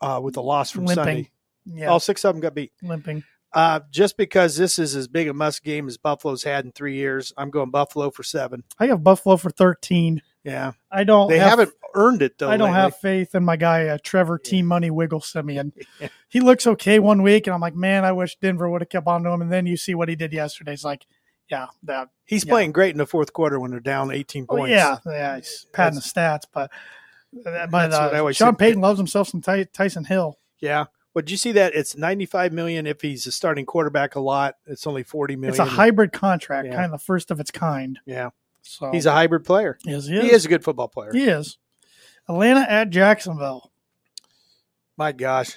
uh, with a loss from
Limping.
Sunday.
Yeah,
All six of them got beat.
limping.
Uh, just because this is as big a must game as Buffalo's had in three years, I'm going Buffalo for seven.
I have Buffalo for 13.
Yeah.
I don't.
They
have-
haven't earned it, though.
I don't
lately.
have faith in my guy uh, Trevor T Money Wiggle Simeon. He looks okay one week, and I'm like, man, I wish Denver would have kept on to him. And then you see what he did yesterday. It's like, yeah, that,
He's
Yeah.
playing great in the fourth quarter when they're down 18
oh,
points.
yeah, yeah, he's padding the stats, but but
That's what I
uh,
always
Sean
said.
Payton loves himself some Ty- Tyson Hill.
Yeah. But did you see that? It's 95 million if he's a starting quarterback a lot. It's only 40 million.
It's a hybrid contract,
Yeah.
kind of the first of its kind.
Yeah.
So
He's a hybrid player.
yes,
He is a good football player.
He is. Atlanta at Jacksonville.
My gosh.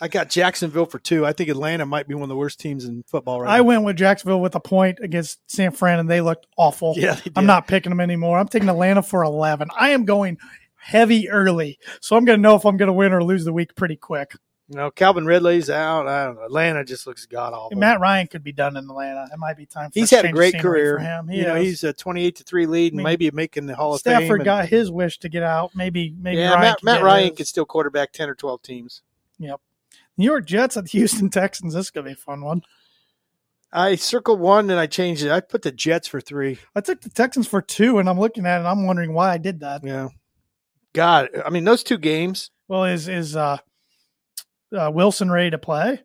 I got Jacksonville for two. I think Atlanta might be one of the worst teams in football right
I
now.
went with Jacksonville with a point against San Fran, and they looked awful.
Yeah, they
I'm
did.
not picking them anymore. I'm taking Atlanta for 11. I am going heavy early, so I'm going to know if I'm going to win or lose the week pretty quick.
You know, Calvin Ridley's out. I don't know. Atlanta just looks god awful.
And Matt Ryan could be done in Atlanta. It might be time. For
he's
a
had a
change
great
of scenery
career.
for him. He
You know,
is.
he's a 28 to 3 lead and
I mean,
maybe making the Hall of Fame.
Stafford
and-
got his wish to get out. Maybe maybe
yeah,
Ryan
Matt,
can
Matt
get
Ryan
his.
could still quarterback 10 or 12 teams.
New York Jets at Houston Texans. This is going to be a fun one.
I circled one and I changed it. I put the Jets for three.
I took the Texans for two, and I'm looking at it. and I'm wondering why I did that.
Yeah. God, I mean, those two games.
Well, is is uh, uh, Wilson ready to play?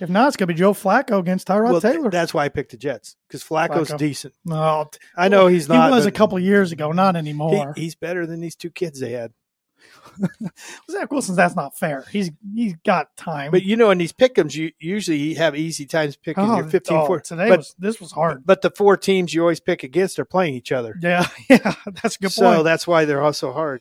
If not, it's going to be Joe Flacco against Tyrod
well, th-
Taylor.
that's why I picked the Jets because Flacco's
Flacco.
decent.
no, t-
I know he's
he
not.
was a
but
couple years ago, not anymore.
he- he's better than these two kids they had.
Zach Wilson, that's not fair. He's he's got time.
But you know, in these pickems, you usually have easy times picking
Oh,
your 15
oh,
4.
today
but,
was this was hard.
but the four teams you always pick against are playing each other.
Yeah, yeah, that's a good
so
point.
that's why they're also hard.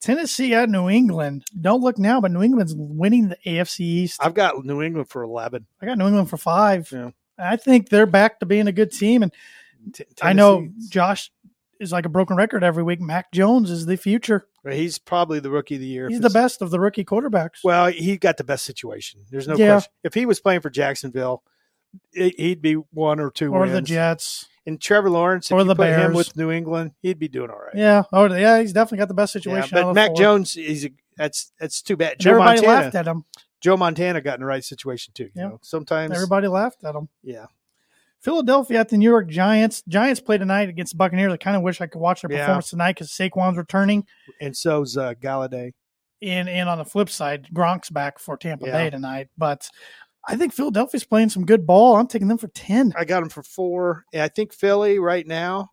Tennessee at New England. Don't look now, but New England's winning the AFC East.
I've got New England for 11.
I got New England for five.
Yeah.
I think they're back to being a good team, and
T-
I know
Tennessee's-
Josh is like a broken record every week. Mac Jones is the future.
he's probably the rookie of the year.
He's
if
the
it's-
best of the rookie quarterbacks.
Well, he got the best situation. There's no
Yeah.
question. If he was playing for Jacksonville, it, he'd be one or two
or
wins.
the Jets.
And Trevor Lawrence,
Or
if you
the
put him
Bears.
with New England, he'd be doing all right.
Yeah. Oh, yeah. He's definitely got the best
Yeah,
situation. out
but
of the
Mac
four.
Jones is a, that's that's too bad.
And
Joe
everybody
Montana,
laughed at him.
Joe Montana got in the right situation too. You
Yeah.
know, sometimes
Everybody laughed at him.
yeah,
Philadelphia at the New York Giants. Giants play tonight against the Buccaneers. I kind of wish I could watch their
Yeah.
performance tonight because Saquon's returning.
and so's uh, Galladay.
And and on the flip side, Gronk's back for Tampa
Yeah.
Bay tonight. But I think Philadelphia's playing some good ball. I'm taking them for ten.
I got him for four, and I think Philly right now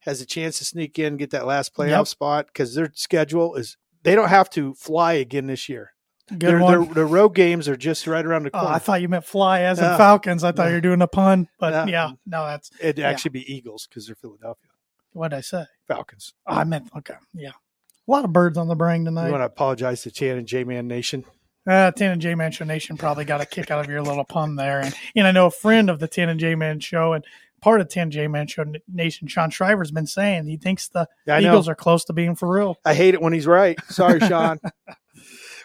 has a chance to sneak in, get that last playoff
Yep.
spot because their schedule is they don't have to fly again this year.
Good
Their,
one.
their their road games are just right around the
Oh,
corner.
I thought you meant fly as in
No.
Falcons. I thought
No.
you were doing a pun, but
No.
yeah, no, that's
It'd
yeah.
actually be Eagles because they're Philadelphia
what I say.
Falcons.
Oh, I meant okay, yeah. A lot of birds on the brain tonight.
You want to apologize to Chan and J Man Nation?
Uh, Tan and J Man Show Nation probably got a kick out of your little pun there. And, and I know a friend of the Tan and J Man Show and part of Tan and J Man Show N- Nation, Sean Shriver, has been saying he thinks the
I know.
Eagles are close to being for real.
I hate it when he's right. Sorry, Sean.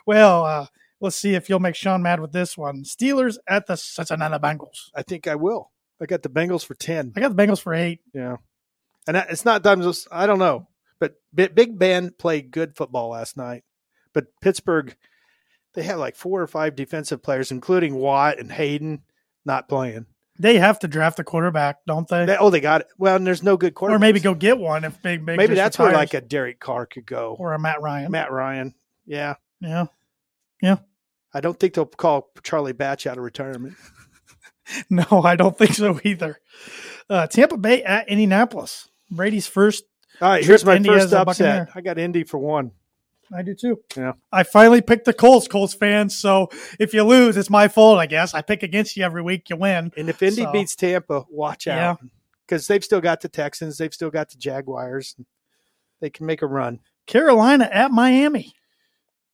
Well, uh, let's see if you'll make Sean mad with this one. Steelers at the Cincinnati Bengals.
I think I will. I got the Bengals for ten.
I got the Bengals for eight.
Yeah, and I- it's not Dimes. I don't know, but B- Big Ben played good football last night. But Pittsburgh, they had like four or five defensive players, including Watt and Hayden, not playing.
They have to draft a quarterback, don't they?
They, oh, they got it. Well, and there's no good quarterback.
or maybe go get one if Big Big
Maybe
just
that's where
retires.
like a Derek Carr could go.
or a Matt Ryan.
Matt Ryan. Yeah,
Yeah,
I don't think they'll call Charlie Batch out of retirement.
no, I don't think so either. Uh, Tampa Bay at Indianapolis. Brady's first.
All right, here's my
Indy as
first
a
upset.
Buccaneer.
I got Indy for one.
I do too.
Yeah.
I finally picked the Colts, Colts fans. So if you lose, it's my fault, I guess. I pick against you every week. You win.
And if Indy
So-
beats Tampa, watch out because they've still got the Texans, they've still got the Jaguars. They can make a run.
Carolina at Miami.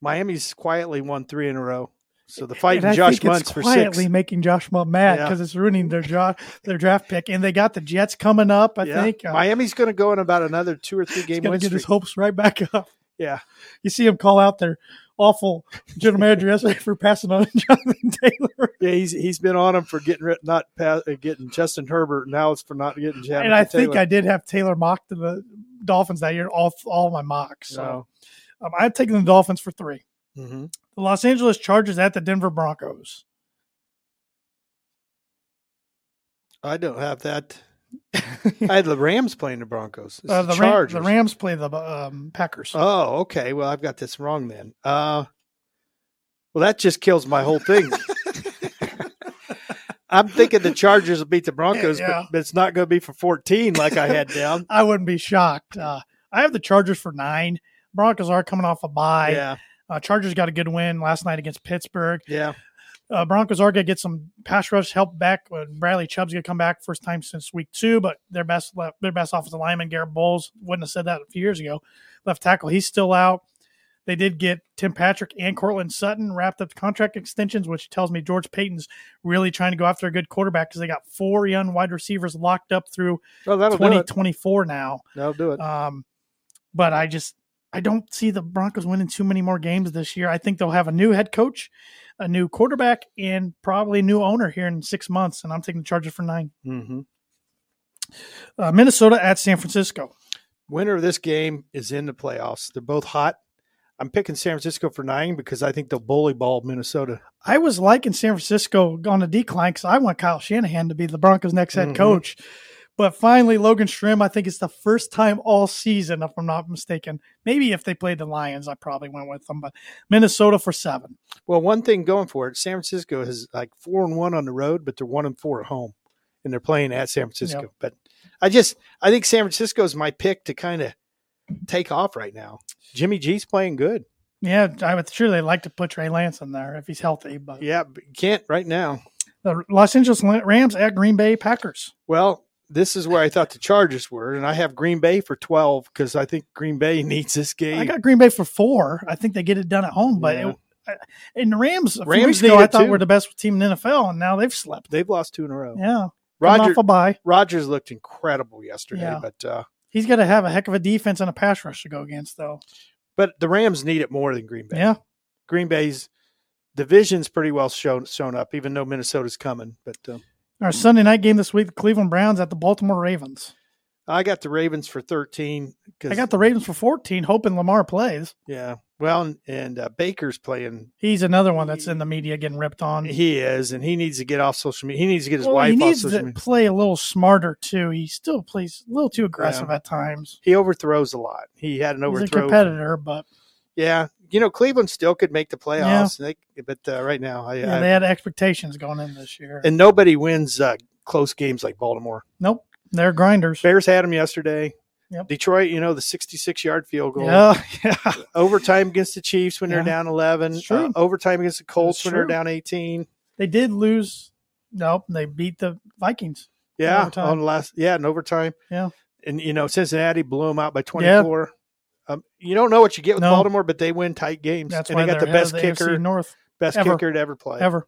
Miami's quietly won three in a row. So the fight
And
and
I
Josh
think it's
Muntz for
quietly
six.
making Josh Munt mad
Yeah.
because it's ruining their jo- their draft pick, and they got the Jets coming up. I
Yeah.
think uh,
Miami's going to go in about another two or three
he's
game
going
win
to get his
streak.
hopes right back up.
yeah,
You see him call out their awful general manager yesterday for passing on Jonathan Taylor,
yeah. He's he's been on him for getting rid, not pa- uh, getting Justin Herbert. Now it's for not getting Jonathan
and I
Taylor.
think I did have Taylor mocked to the Dolphins that year. All all my mocks. So
So,
um, I'm taking the Dolphins for three.
mhm.
The Los Angeles Chargers at the Denver Broncos.
I don't have that. I had the Rams playing the Broncos. It's
Uh,
the,
the, Ram-
Chargers.
the Rams play the um, Packers.
Oh, okay. Well, I've got this wrong then. Uh, well, that just kills my whole thing. I'm thinking the Chargers will beat the Broncos,
Yeah.
but, but it's not going to be for 14 like I had down.
I wouldn't be shocked. Uh, I have the Chargers for nine. Broncos are coming off a bye.
yeah,
Uh, Chargers got a good win last night against Pittsburgh.
yeah.
Uh, Broncos are going to get some pass rush help back. When Bradley Chubb's going to come back first time since week two, but their best left, their best offensive lineman Garrett Bowles wouldn't have said that a few years ago. Left tackle, he's still out. They did get Tim Patrick and Cortland Sutton wrapped up contract extensions, which tells me George Payton's really trying to go after a good quarterback because they got four young wide receivers locked up through
Well, that'll do it.
2024 now.
That'll do it.
Um, but I just I don't see the Broncos winning too many more games this year. I think they'll have a new head coach, a new quarterback, and probably a new owner here in six months. And I'm taking the Chargers for nine.
hmm
Uh, Minnesota at San Francisco.
Winner of this game is in the playoffs. They're both hot. I'm picking San Francisco for nine because I think they'll bully ball Minnesota.
I was liking San Francisco on a decline because I want Kyle Shanahan to be the Broncos' next head
Mhm.
coach. But finally, Logan Shrim, I think it's the first time all season, if I'm not mistaken. Maybe if they played the Lions, I probably went with them. But Minnesota for seven.
Well, one thing going for it, San Francisco is like four and one on the road, but they're one and four at home, and they're playing at San Francisco.
Yep.
But I just I think San Francisco is my pick to kind of take off right now. Jimmy G's playing good.
Yeah, I would sure they like to put Trey Lance in there if he's healthy. But
Yeah, but you can't right now.
the Los Angeles Rams at Green Bay Packers.
Well, this is where I thought the Chargers were, and I have Green Bay for twelve because I think Green Bay needs this game.
I got Green Bay for four. I think they get it done at home, but
Yeah.
it, and the Rams. A few
Rams
weeks
need
ago, I
it
thought
too.
were the best team in the NFL, and now they've slept.
They've lost two in a row.
Yeah, Roger,
Roger
off a bye.
Rogers looked incredible yesterday,
Yeah.
but uh,
He's got to have a heck of a defense and a pass rush to go against, though.
but the Rams need it more than Green Bay.
Yeah,
Green Bay's division's pretty well shown shown up, even though Minnesota's coming. But uh,
our Sunday night game this week: the Cleveland Browns at the Baltimore Ravens.
I got the Ravens for thirteen. Cause,
I got the Ravens for fourteen, hoping Lamar plays.
yeah. Well, and, and uh, Baker's playing.
He's another one that's in the media getting ripped on.
He is, and he needs to get off social media. He needs to get his
Mm-hmm. Well,
wife
he
off
needs
social
to
media.
play a little smarter too. He still plays a little too aggressive at times.
He overthrows a lot. He had an
He's a
overthrow.
competitor, but
yeah, you know Cleveland still could make the playoffs, and they, but uh, right now, I,
yeah,
I-
they had expectations going in this year.
and nobody wins uh, close games like Baltimore.
nope, they're grinders.
Bears had him yesterday.
Yep.
Detroit, you know, the 66 yard field goal.
Yeah, yeah.
overtime against the Chiefs when
Yeah.
they're down 11.
It's true.
uh, overtime against the Colts
It's
when they're
true.
down 18.
They did lose. Nope, they beat the Vikings.
Yeah,
overtime.
on the last yeah, in overtime.
Yeah.
And you know, Cincinnati blew them out by 24. Um, you don't know what you get with
No.
Baltimore, but they win tight games.
That's
and
why
they got the
they're ahead of
best
the
kicker, Hmm.
AFC North
best
ever.
kicker to ever play.
ever.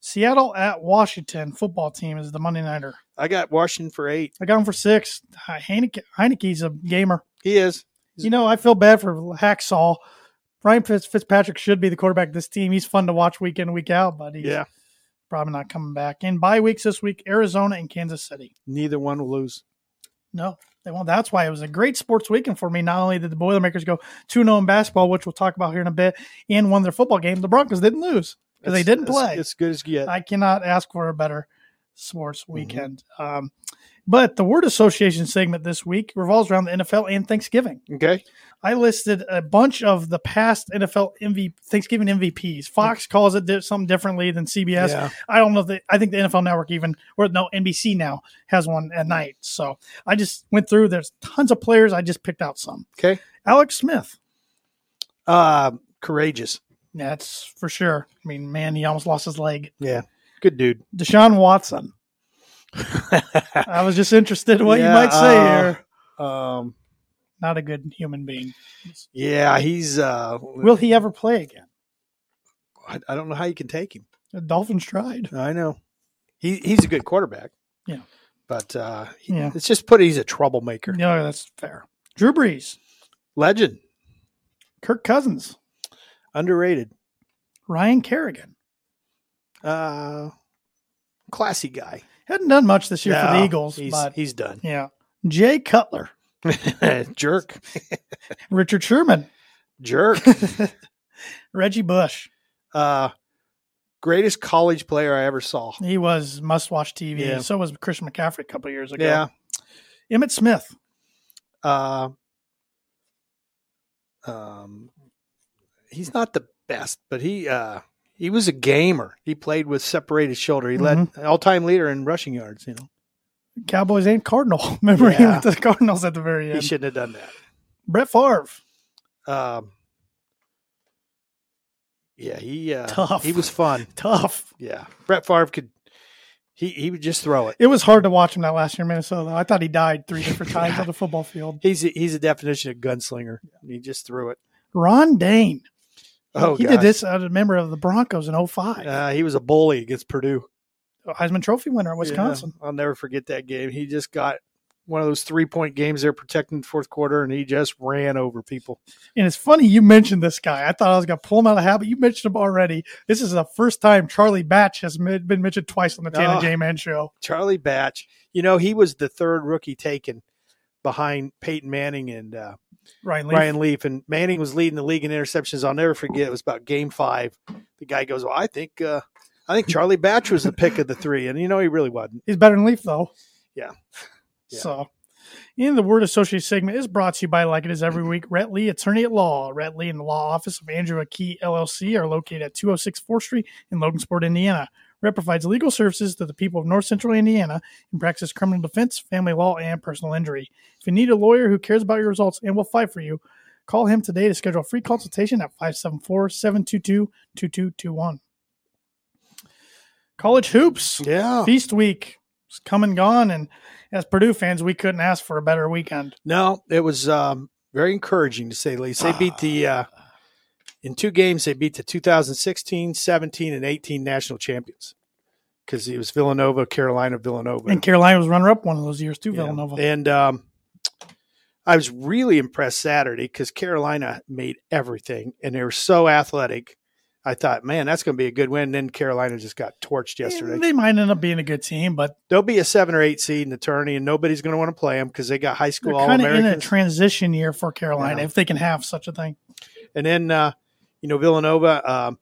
Seattle at Washington football team is the Monday nighter.
I got Washington for 8.
I got him for six. Heineke, Heineke's a gamer.
He is.
You know, I feel bad for Hacksaw. Brian Fitz, Fitzpatrick should be the quarterback of this team. He's fun to watch week in, week out, but he's
Yeah.
probably not coming back. And bye weeks this week, Arizona and Kansas City.
Neither one will lose.
No, they won't. That's why it was a great sports weekend for me. Not only did the Boilermakers go 2 0 in basketball, which we'll talk about here in a bit, and won their football game, the Broncos didn't lose because they
It's-
didn't
it's-
play. Uh,
It's good as you get.
I cannot ask for a better sports weekend. Um, but the word association segment this week revolves around the NFL and Thanksgiving.
okay.
I listed a bunch of the past NFL MV, Thanksgiving MVPs. Fox calls it di- something differently than CBS.
Mm. Yeah.
I don't know. If they, I think the NFL Network even, or no, NBC now has one
Mm.
at night. So I just went through. There's tons of players. I just picked out some.
Okay.
Alex Smith.
Uh, courageous.
That's for sure. I mean, man, he almost lost his leg.
Yeah. Good dude.
Deshaun Watson. I was just interested in what
Yeah,
you might say
uh,
here.
Um,
Not a good human being.
yeah, he's uh
Will he ever play again?
I, I don't know how you can take him.
The Dolphins tried.
I know. He he's a good quarterback.
Yeah.
But uh, he-
Yeah.
let's just put it, he's a troublemaker.
Yeah, that's fair. Drew Brees,
Legend.
Kirk Cousins,
Underrated.
Ryan Kerrigan.
Uh, classy guy.
Hadn't done much this year for
No,
the Eagles,
He's,
but
he's done.
yeah. Jay Cutler,
jerk.
Richard Sherman,
Jerk.
Reggie Bush.
uh, greatest college player I ever saw.
He was must watch TV.
Yeah.
So was Christian McCaffrey a couple years ago.
Yeah.
Emmett Smith,
Uh, um, he's not the best, but he uh, he was a gamer. He played with separated shoulder. He
Mm-hmm.
led all time leader in rushing yards. You know,
Cowboys and Cardinal. Remember him
Yeah.
with the Cardinals at the very
he
end.
shouldn't have done that.
Brett Favre.
Um, yeah, he uh,
Tough.
He was fun.
Tough.
Yeah, Brett Favre could. He he would just throw it.
It was hard to watch him that last year in Minnesota. though. I thought he died three different times on the football field.
He's a, he's a definition of gunslinger. He just threw it.
Ron Dane.
Oh,
he
gosh.
did this as a member of the Broncos in 05.
Uh, he was a bully against Purdue.
Heisman Trophy winner in Wisconsin.
Yeah, I'll never forget that game. He just got one of those three point games they're protecting the fourth quarter, and he just ran over people.
And it's funny you mentioned this guy. I thought I was going to pull him out of habit. You mentioned him already. This is the first time Charlie Batch has mi- been mentioned twice on the Tana
Oh.
J Man show.
Charlie Batch, you know, he was the third rookie taken behind Peyton Manning and uh,
Ryan Leaf.
Ryan Leaf. And Manning was leading the league in interceptions. I'll never forget. It was about game five. The guy goes, Well, I think. Uh, I think Charlie Batch was the pick of the three, and you know he really wasn't.
He's better than Leaf, though.
Yeah. Yeah.
So, in the Word Associate segment is brought to you by, like it is every week, Rhett Lee, attorney at law. Rhett Lee and the law office of Andrew Akey LLC are located at 206 4th Street in Logansport, Indiana. Rhett provides legal services to the people of North Central Indiana and practices criminal defense, family law, and personal injury. If you need a lawyer who cares about your results and will fight for you, call him today to schedule a free consultation at 574 722 2221. College hoops.
Yeah,
Feast Week was come and gone, and as Purdue fans, we couldn't ask for a better weekend.
no, it was um, very encouraging to say the least. They beat the uh, in two games they beat the 2016 17 and 18 national champions because it was villanova carolina villanova
And Carolina was runner-up one of those years too.
Yeah.
Villanova.
and um, i was really impressed saturday because carolina made everything and they were so athletic i thought man that's going to be a good win and then carolina just got torched yesterday
They might end up being a good team, but
they'll be a seven or eight seed in the tourney and nobody's going to want to play them because they got high
they're
school all
kind of in a
americans
transition year for Carolina
Yeah.
if they can have such a thing.
And then, uh, you know, Villanova, um,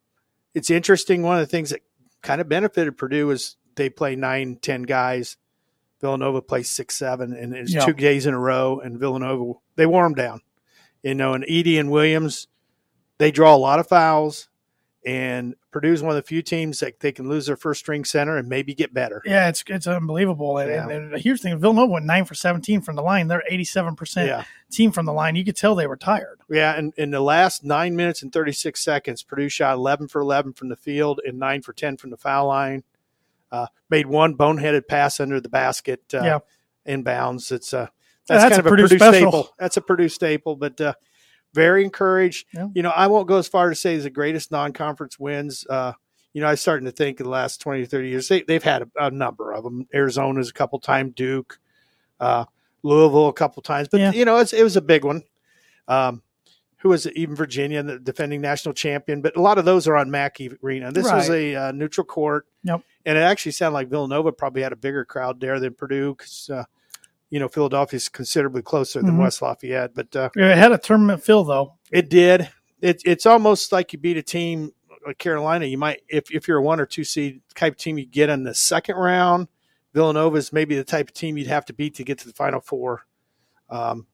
it's interesting. One of the things that kind of benefited Purdue is they play nine, ten guys. Villanova plays six, seven, and it's
Yeah.
two days in a row. And Villanova, they wore them down. You know, and Edie and Williams, they draw a lot of fouls. And Purdue's one of the few teams that they can lose their first string center and maybe get better.
Yeah, it's it's unbelievable. And,
Yeah.
and the huge thing, Villanova went nine for seventeen from the line. They're eighty-seven percent
Yeah.
team from the line. You could tell they were tired.
Yeah. And in the last nine minutes and 36 seconds, Purdue shot 11 for 11 from the field and nine for 10 from the foul line. Uh, made one boneheaded pass under the basket uh,
Yeah.
inbounds. It's uh,
Yeah, that's
that's, kind
a
of a
Purdue
Purdue
special.
staple. That's a Purdue staple, but uh, very encouraged.
Yeah.
You know, I won't go as far to say it's the greatest non conference wins. Uh, you know, I'm starting to think in the last 20 to 30 years, they, they've had a, a number of them. Arizona's a couple time, Duke, uh, Louisville a couple times, but
Yeah.
you know, it's, it was a big one. Um, who was it? even Virginia, the defending national champion? But a lot of those are on Mackey Arena. This was
Right.
a uh, neutral court.
Yep.
And it actually sounded like Villanova probably had a bigger crowd there than Purdue because, uh, you know, Philadelphia's considerably closer than
Mhm.
West Lafayette. But uh,
It had a tournament feel though.
it did. It, it's almost like you beat a team like Carolina. You might, if, if you're a one or two seed type team, you get in the second round. Villanova's maybe the type of team you'd have to beat to get to the final four. Um,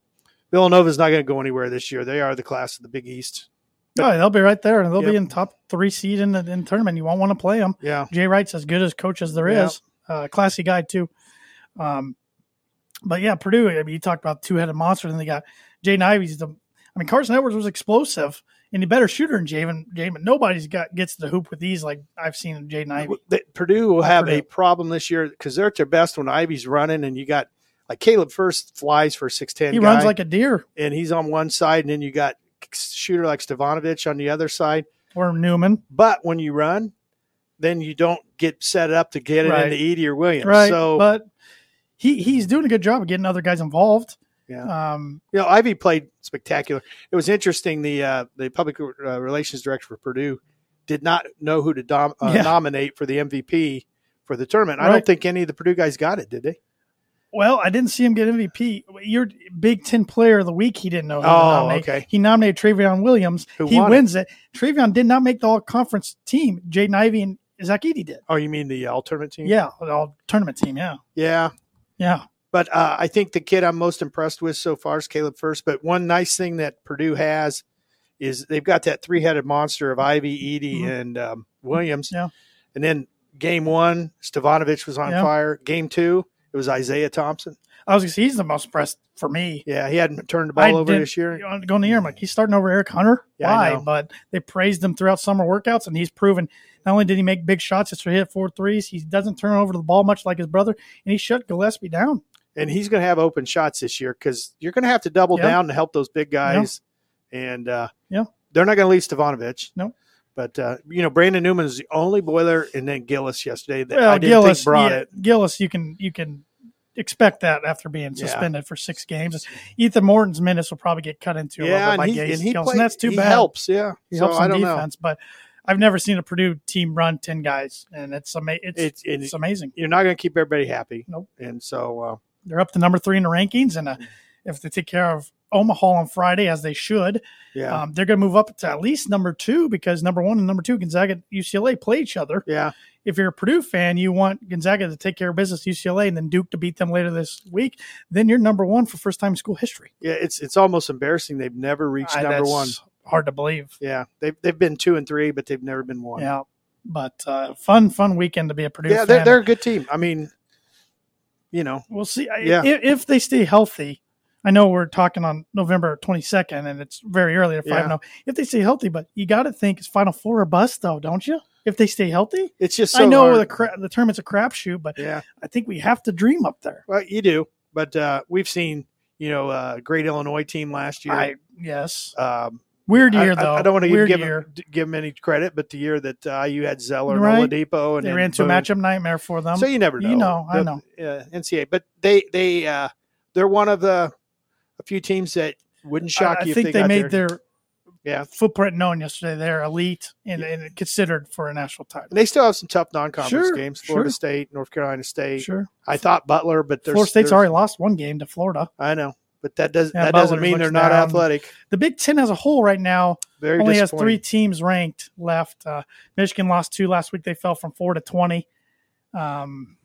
Villanova's not going to go anywhere this year. They are the class of the Big East.
Yeah, they'll be right there, and they'll
Yep.
be in top three seed in the in the tournament. You won't want to play them.
Yeah.
Jay Wright's as good as coach as there is.
Yeah.
Uh, classy guy too. Um, but yeah, Purdue. I mean, you talked about two headed monster. Then they got Jaden Ivey's. The I mean, Carson Edwards was explosive and a better shooter than Javen. Javen. Nobody's got gets to the hoop with these like I've seen Jaden Ivey.
that Purdue will have
Purdue.
a problem this year because they're at their best when Ivy's running, and you got like Caleb first flies for six ten.
He runs like a deer.
and he's on one side, and then you got shooter like Stevanovic on the other side.
or Newman.
But when you run, then you don't get set up to get it
Right.
into Edie or Williams.
Right.
So
but he he's doing a good job of getting other guys involved.
yeah,
Um,
you know, Ivy played spectacular. It was interesting. The uh, the public uh, relations director for Purdue did not know who to dom- uh,
Yeah.
nominate for the MVP for the tournament. I
Right.
don't think any of the Purdue guys got it, did they?
well, I didn't see him get MVP. Your Big Ten Player of the Week, he didn't know. Who to
Oh,
nominate.
okay.
He nominated Travion Williams.
Who
he
won it?
wins it. Travion did not make the All Conference team. Jaden Ivey and Zach Eady did.
Oh, you mean the alternate team?
Yeah, the All Tournament team. Yeah,
yeah.
yeah.
But uh, I think the kid I'm most impressed with so far is Caleb First. But one nice thing that Purdue has is they've got that three headed monster of Ivy, Edie,
Mhm.
and um, Williams.
Yeah.
And then game one, Stevanovic was on
Yeah.
fire. Game two, it was Isaiah Thompson.
I was gonna say he's the most impressed for me.
Yeah, he hadn't turned the
I
ball over
didn't-
this year.
Going to year, I'm like he's starting over Eric Hunter.
Yeah, I
Why?
know.
But they praised him throughout summer workouts, and he's proven not only did he make big shots, it's he hit four threes. He doesn't turn over the ball much like his brother, and he shut Gillespie down.
And he's going to have open shots this year because you're going to have to double
Yeah.
down to help those big guys. And uh,
Yeah.
they're not going to leave Stevanovic.
No.
But, uh, you know, Brandon Newman is the only boiler, and then Gillis yesterday that I
Well,
didn't
Gillis
think brought
yeah,
it.
Gillis, you can you can expect that after being
Yeah.
suspended for six games. Ethan Morton's minutes will probably get cut into a little bit by
he-
Gaze
and he
Gillis,
played-
and that's too
he
bad.
Helps, yeah.
He
so
helps
I
on
don't
defense, but I've never seen a Purdue team run ten guys, and it's ama- it's
know. It's, it-
it's amazing.
you're not going to keep everybody happy.
Nope.
And so, uh,
They're up to number three in the rankings, and uh, if they take care of Omaha on Friday as they should,
yeah,
um, they're going to move up to at least number two because number one and number two Gonzaga and UCLA play each other.
yeah,
if you're a Purdue fan, you want Gonzaga to take care of business, UCLA, and then Duke to beat them later this week, then you're number one for first time in school history.
yeah. It's it's almost embarrassing. They've never reached
I-
number
that's
one.
Hard to believe.
Yeah, they've they've been two and three, but they've never been one.
Yeah. But uh, fun, fun weekend to be a Purdue
Yeah,
fan.
they're, they're a good team. I mean, you know,
we'll see. I-
Yeah.
If, if they stay healthy, I know we're talking on November 22nd and it's very early at 5
Yeah.
0. oh. If they stay healthy, but you got to think it's Final Four or bust, though, don't you? If they stay healthy?
it's just so
I know
hard.
the, cra- the tournament's a crapshoot, but
yeah.
I think we have to dream up there.
Well, you do, but uh, we've seen you know uh, great Illinois team last year.
I, yes.
um,
Weird year,
I,
though.
I, I don't want to
Weird
give
year.
him, give him any credit, but the year that uh, you had Zeller and
Right.
Oladipo, and
they
then
ran into a
boom.
matchup nightmare for them.
so you never know.
you know, I
The-
know.
uh, NCAA, but they they uh, they're one of the a few teams that wouldn't
I,
shock
I
you.
think
if
they,
got
made
there.
their
Yeah.
footprint known yesterday. They're elite and, and considered for a national title.
And they still have some tough non-conference
Sure,
games: Florida
sure.
State, North Carolina State.
Sure,
I thought Butler, but there's
Florida State's
there's-
already lost one game to Florida.
I know, but that doesn't
Yeah,
that doesn't
Butler
mean they're
looks
not
down.
athletic.
The Big Ten as a whole right now
Very
only has three
disappointing.
teams ranked left. Uh, Michigan lost two last week. They fell from four to twenty. Um,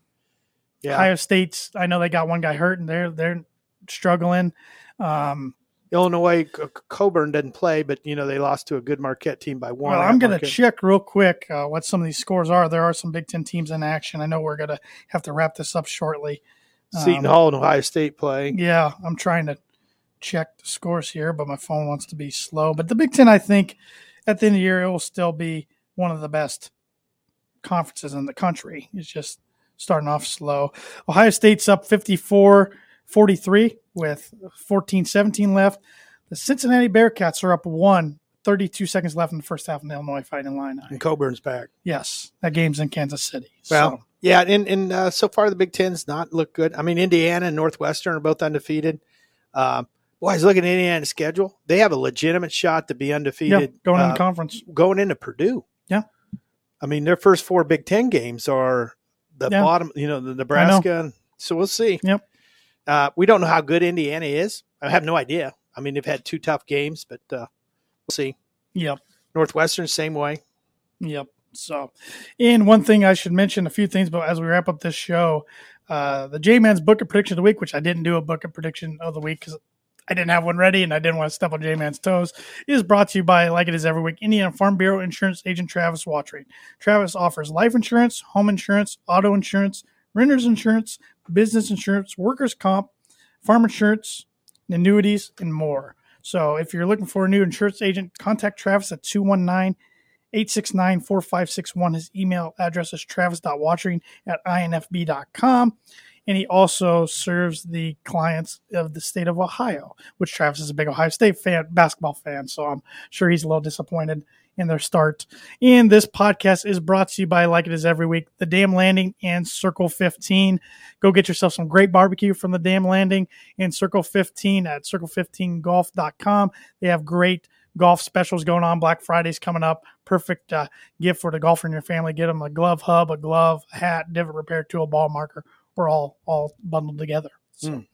Yeah,
Ohio State's. I know they got one guy hurt, and they're they're struggling. Um,
Illinois C- Coburn didn't play, but you know they lost to a good Marquette team by one.
Well,
at
I'm going to
Marquette.
check real quick uh, what some of these scores are. There are some Big Ten teams in action. I know we're going to have to wrap this up shortly.
Seton
Um,
Hall and Ohio State playing.
Yeah, I'm trying to check the scores here, but my phone wants to be slow. But the Big Ten, I think, at the end of the year, it will still be one of the best conferences in the country. It's just starting off slow. Ohio State's up 54 43 with 14 17 left. The Cincinnati Bearcats are up one, 32 seconds left in the first half in the Illinois fighting line.
And Coburn's back.
Yes, that game's in Kansas City.
Well,
so,
Yeah, and and uh, so far the Big Ten's not looked good. I mean, Indiana and Northwestern are both undefeated. Um, boy, I was looking at Indiana's schedule. They have a legitimate shot to be
yeah,
undefeated
going in
uh,
the conference.
going into Purdue.
Yeah.
I mean their first four Big Ten games are the
Yeah.
bottom. You know, the Nebraska. and- So we'll see.
Yep.
Uh, we don't know how good Indiana is. I have no idea. I mean, they've had two tough games, but uh, we'll see.
Yep,
Northwestern same way.
yep. So, and one thing I should mention a few things, but as we wrap up this show, uh, the J Man's Book of Prediction of the Week, which I didn't do a Book of Prediction of the Week because I didn't have one ready and I didn't want to step on J Man's toes, is brought to you by, like it is every week, Indiana Farm Bureau Insurance Agent Travis Watry. Travis offers life insurance, home insurance, auto insurance, renter's insurance, business insurance, workers' comp, farm insurance, annuities, and more. So if you're looking for a new insurance agent, contact Travis at 219 869 4561. His email address is travis.watching at infb.com. And he also serves the clients of the state of Ohio, which Travis is a big Ohio State fan, basketball fan. So I'm sure he's a little disappointed and their start. And this podcast is brought to you by, like it is every week, The Dam Landing and Circle 15. Go get yourself some great barbecue from The Dam Landing and Circle 15 at circle15golf.com. They have great golf specials going on. Black Friday's coming up. Perfect uh, gift for the golfer in your family. Get them a glove hub, a glove, a hat, divot repair tool, ball marker. We're all all bundled together. So
Mm.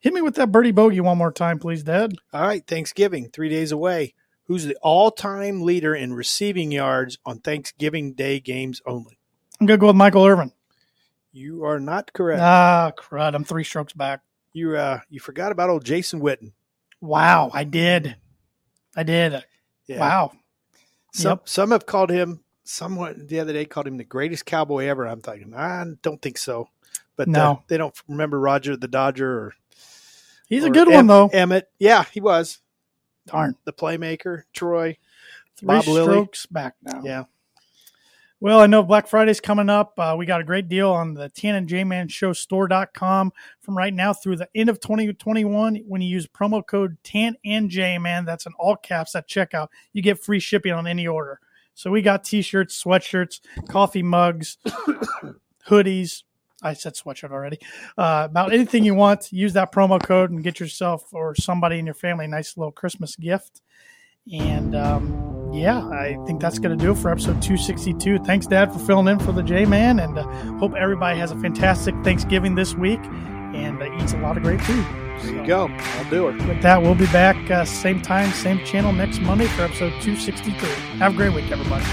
hit me with that birdie bogey one more time, please, Dad.
All right, Thanksgiving, three days away. Who's the all time leader in receiving yards on Thanksgiving Day games only?
I'm gonna go with Michael Irvin.
You are not correct.
Ah, crud! I'm three strokes back.
You uh, you forgot about old Jason Witten.
Wow, I did. I did.
Yeah.
Wow.
Some
Yep.
some have called him someone the other day called him the greatest cowboy ever. I'm thinking, I don't think so. But uh,
No.
they don't remember Roger the Dodger or
He's a
or
good
Em-
one though.
Emmett. Yeah, he was.
Darn.
The playmaker, Troy.
Three
Bob Lilly.
strokes back now.
Yeah.
Well, I know Black Friday's coming up. Uh, we got a great deal on the Tan and J Man Show store.com from right now through the end of 2021. When you use promo code TAN and J Man, that's in all caps at checkout, you get free shipping on any order. So we got t shirts, sweatshirts, coffee mugs, hoodies. I said sweatshirt already. Uh, about anything you want, use that promo code and get yourself or somebody in your family a nice little Christmas gift. And um, yeah, I think that's going to do it for episode 262. Thanks, Dad, for filling in for the J Man. And uh, hope everybody has a fantastic Thanksgiving this week and uh, eats a lot of great food.
There
So-
you go. I'll do it.
With that, we'll be back uh, same time, same channel next Monday for episode 263. Have a great week, everybody.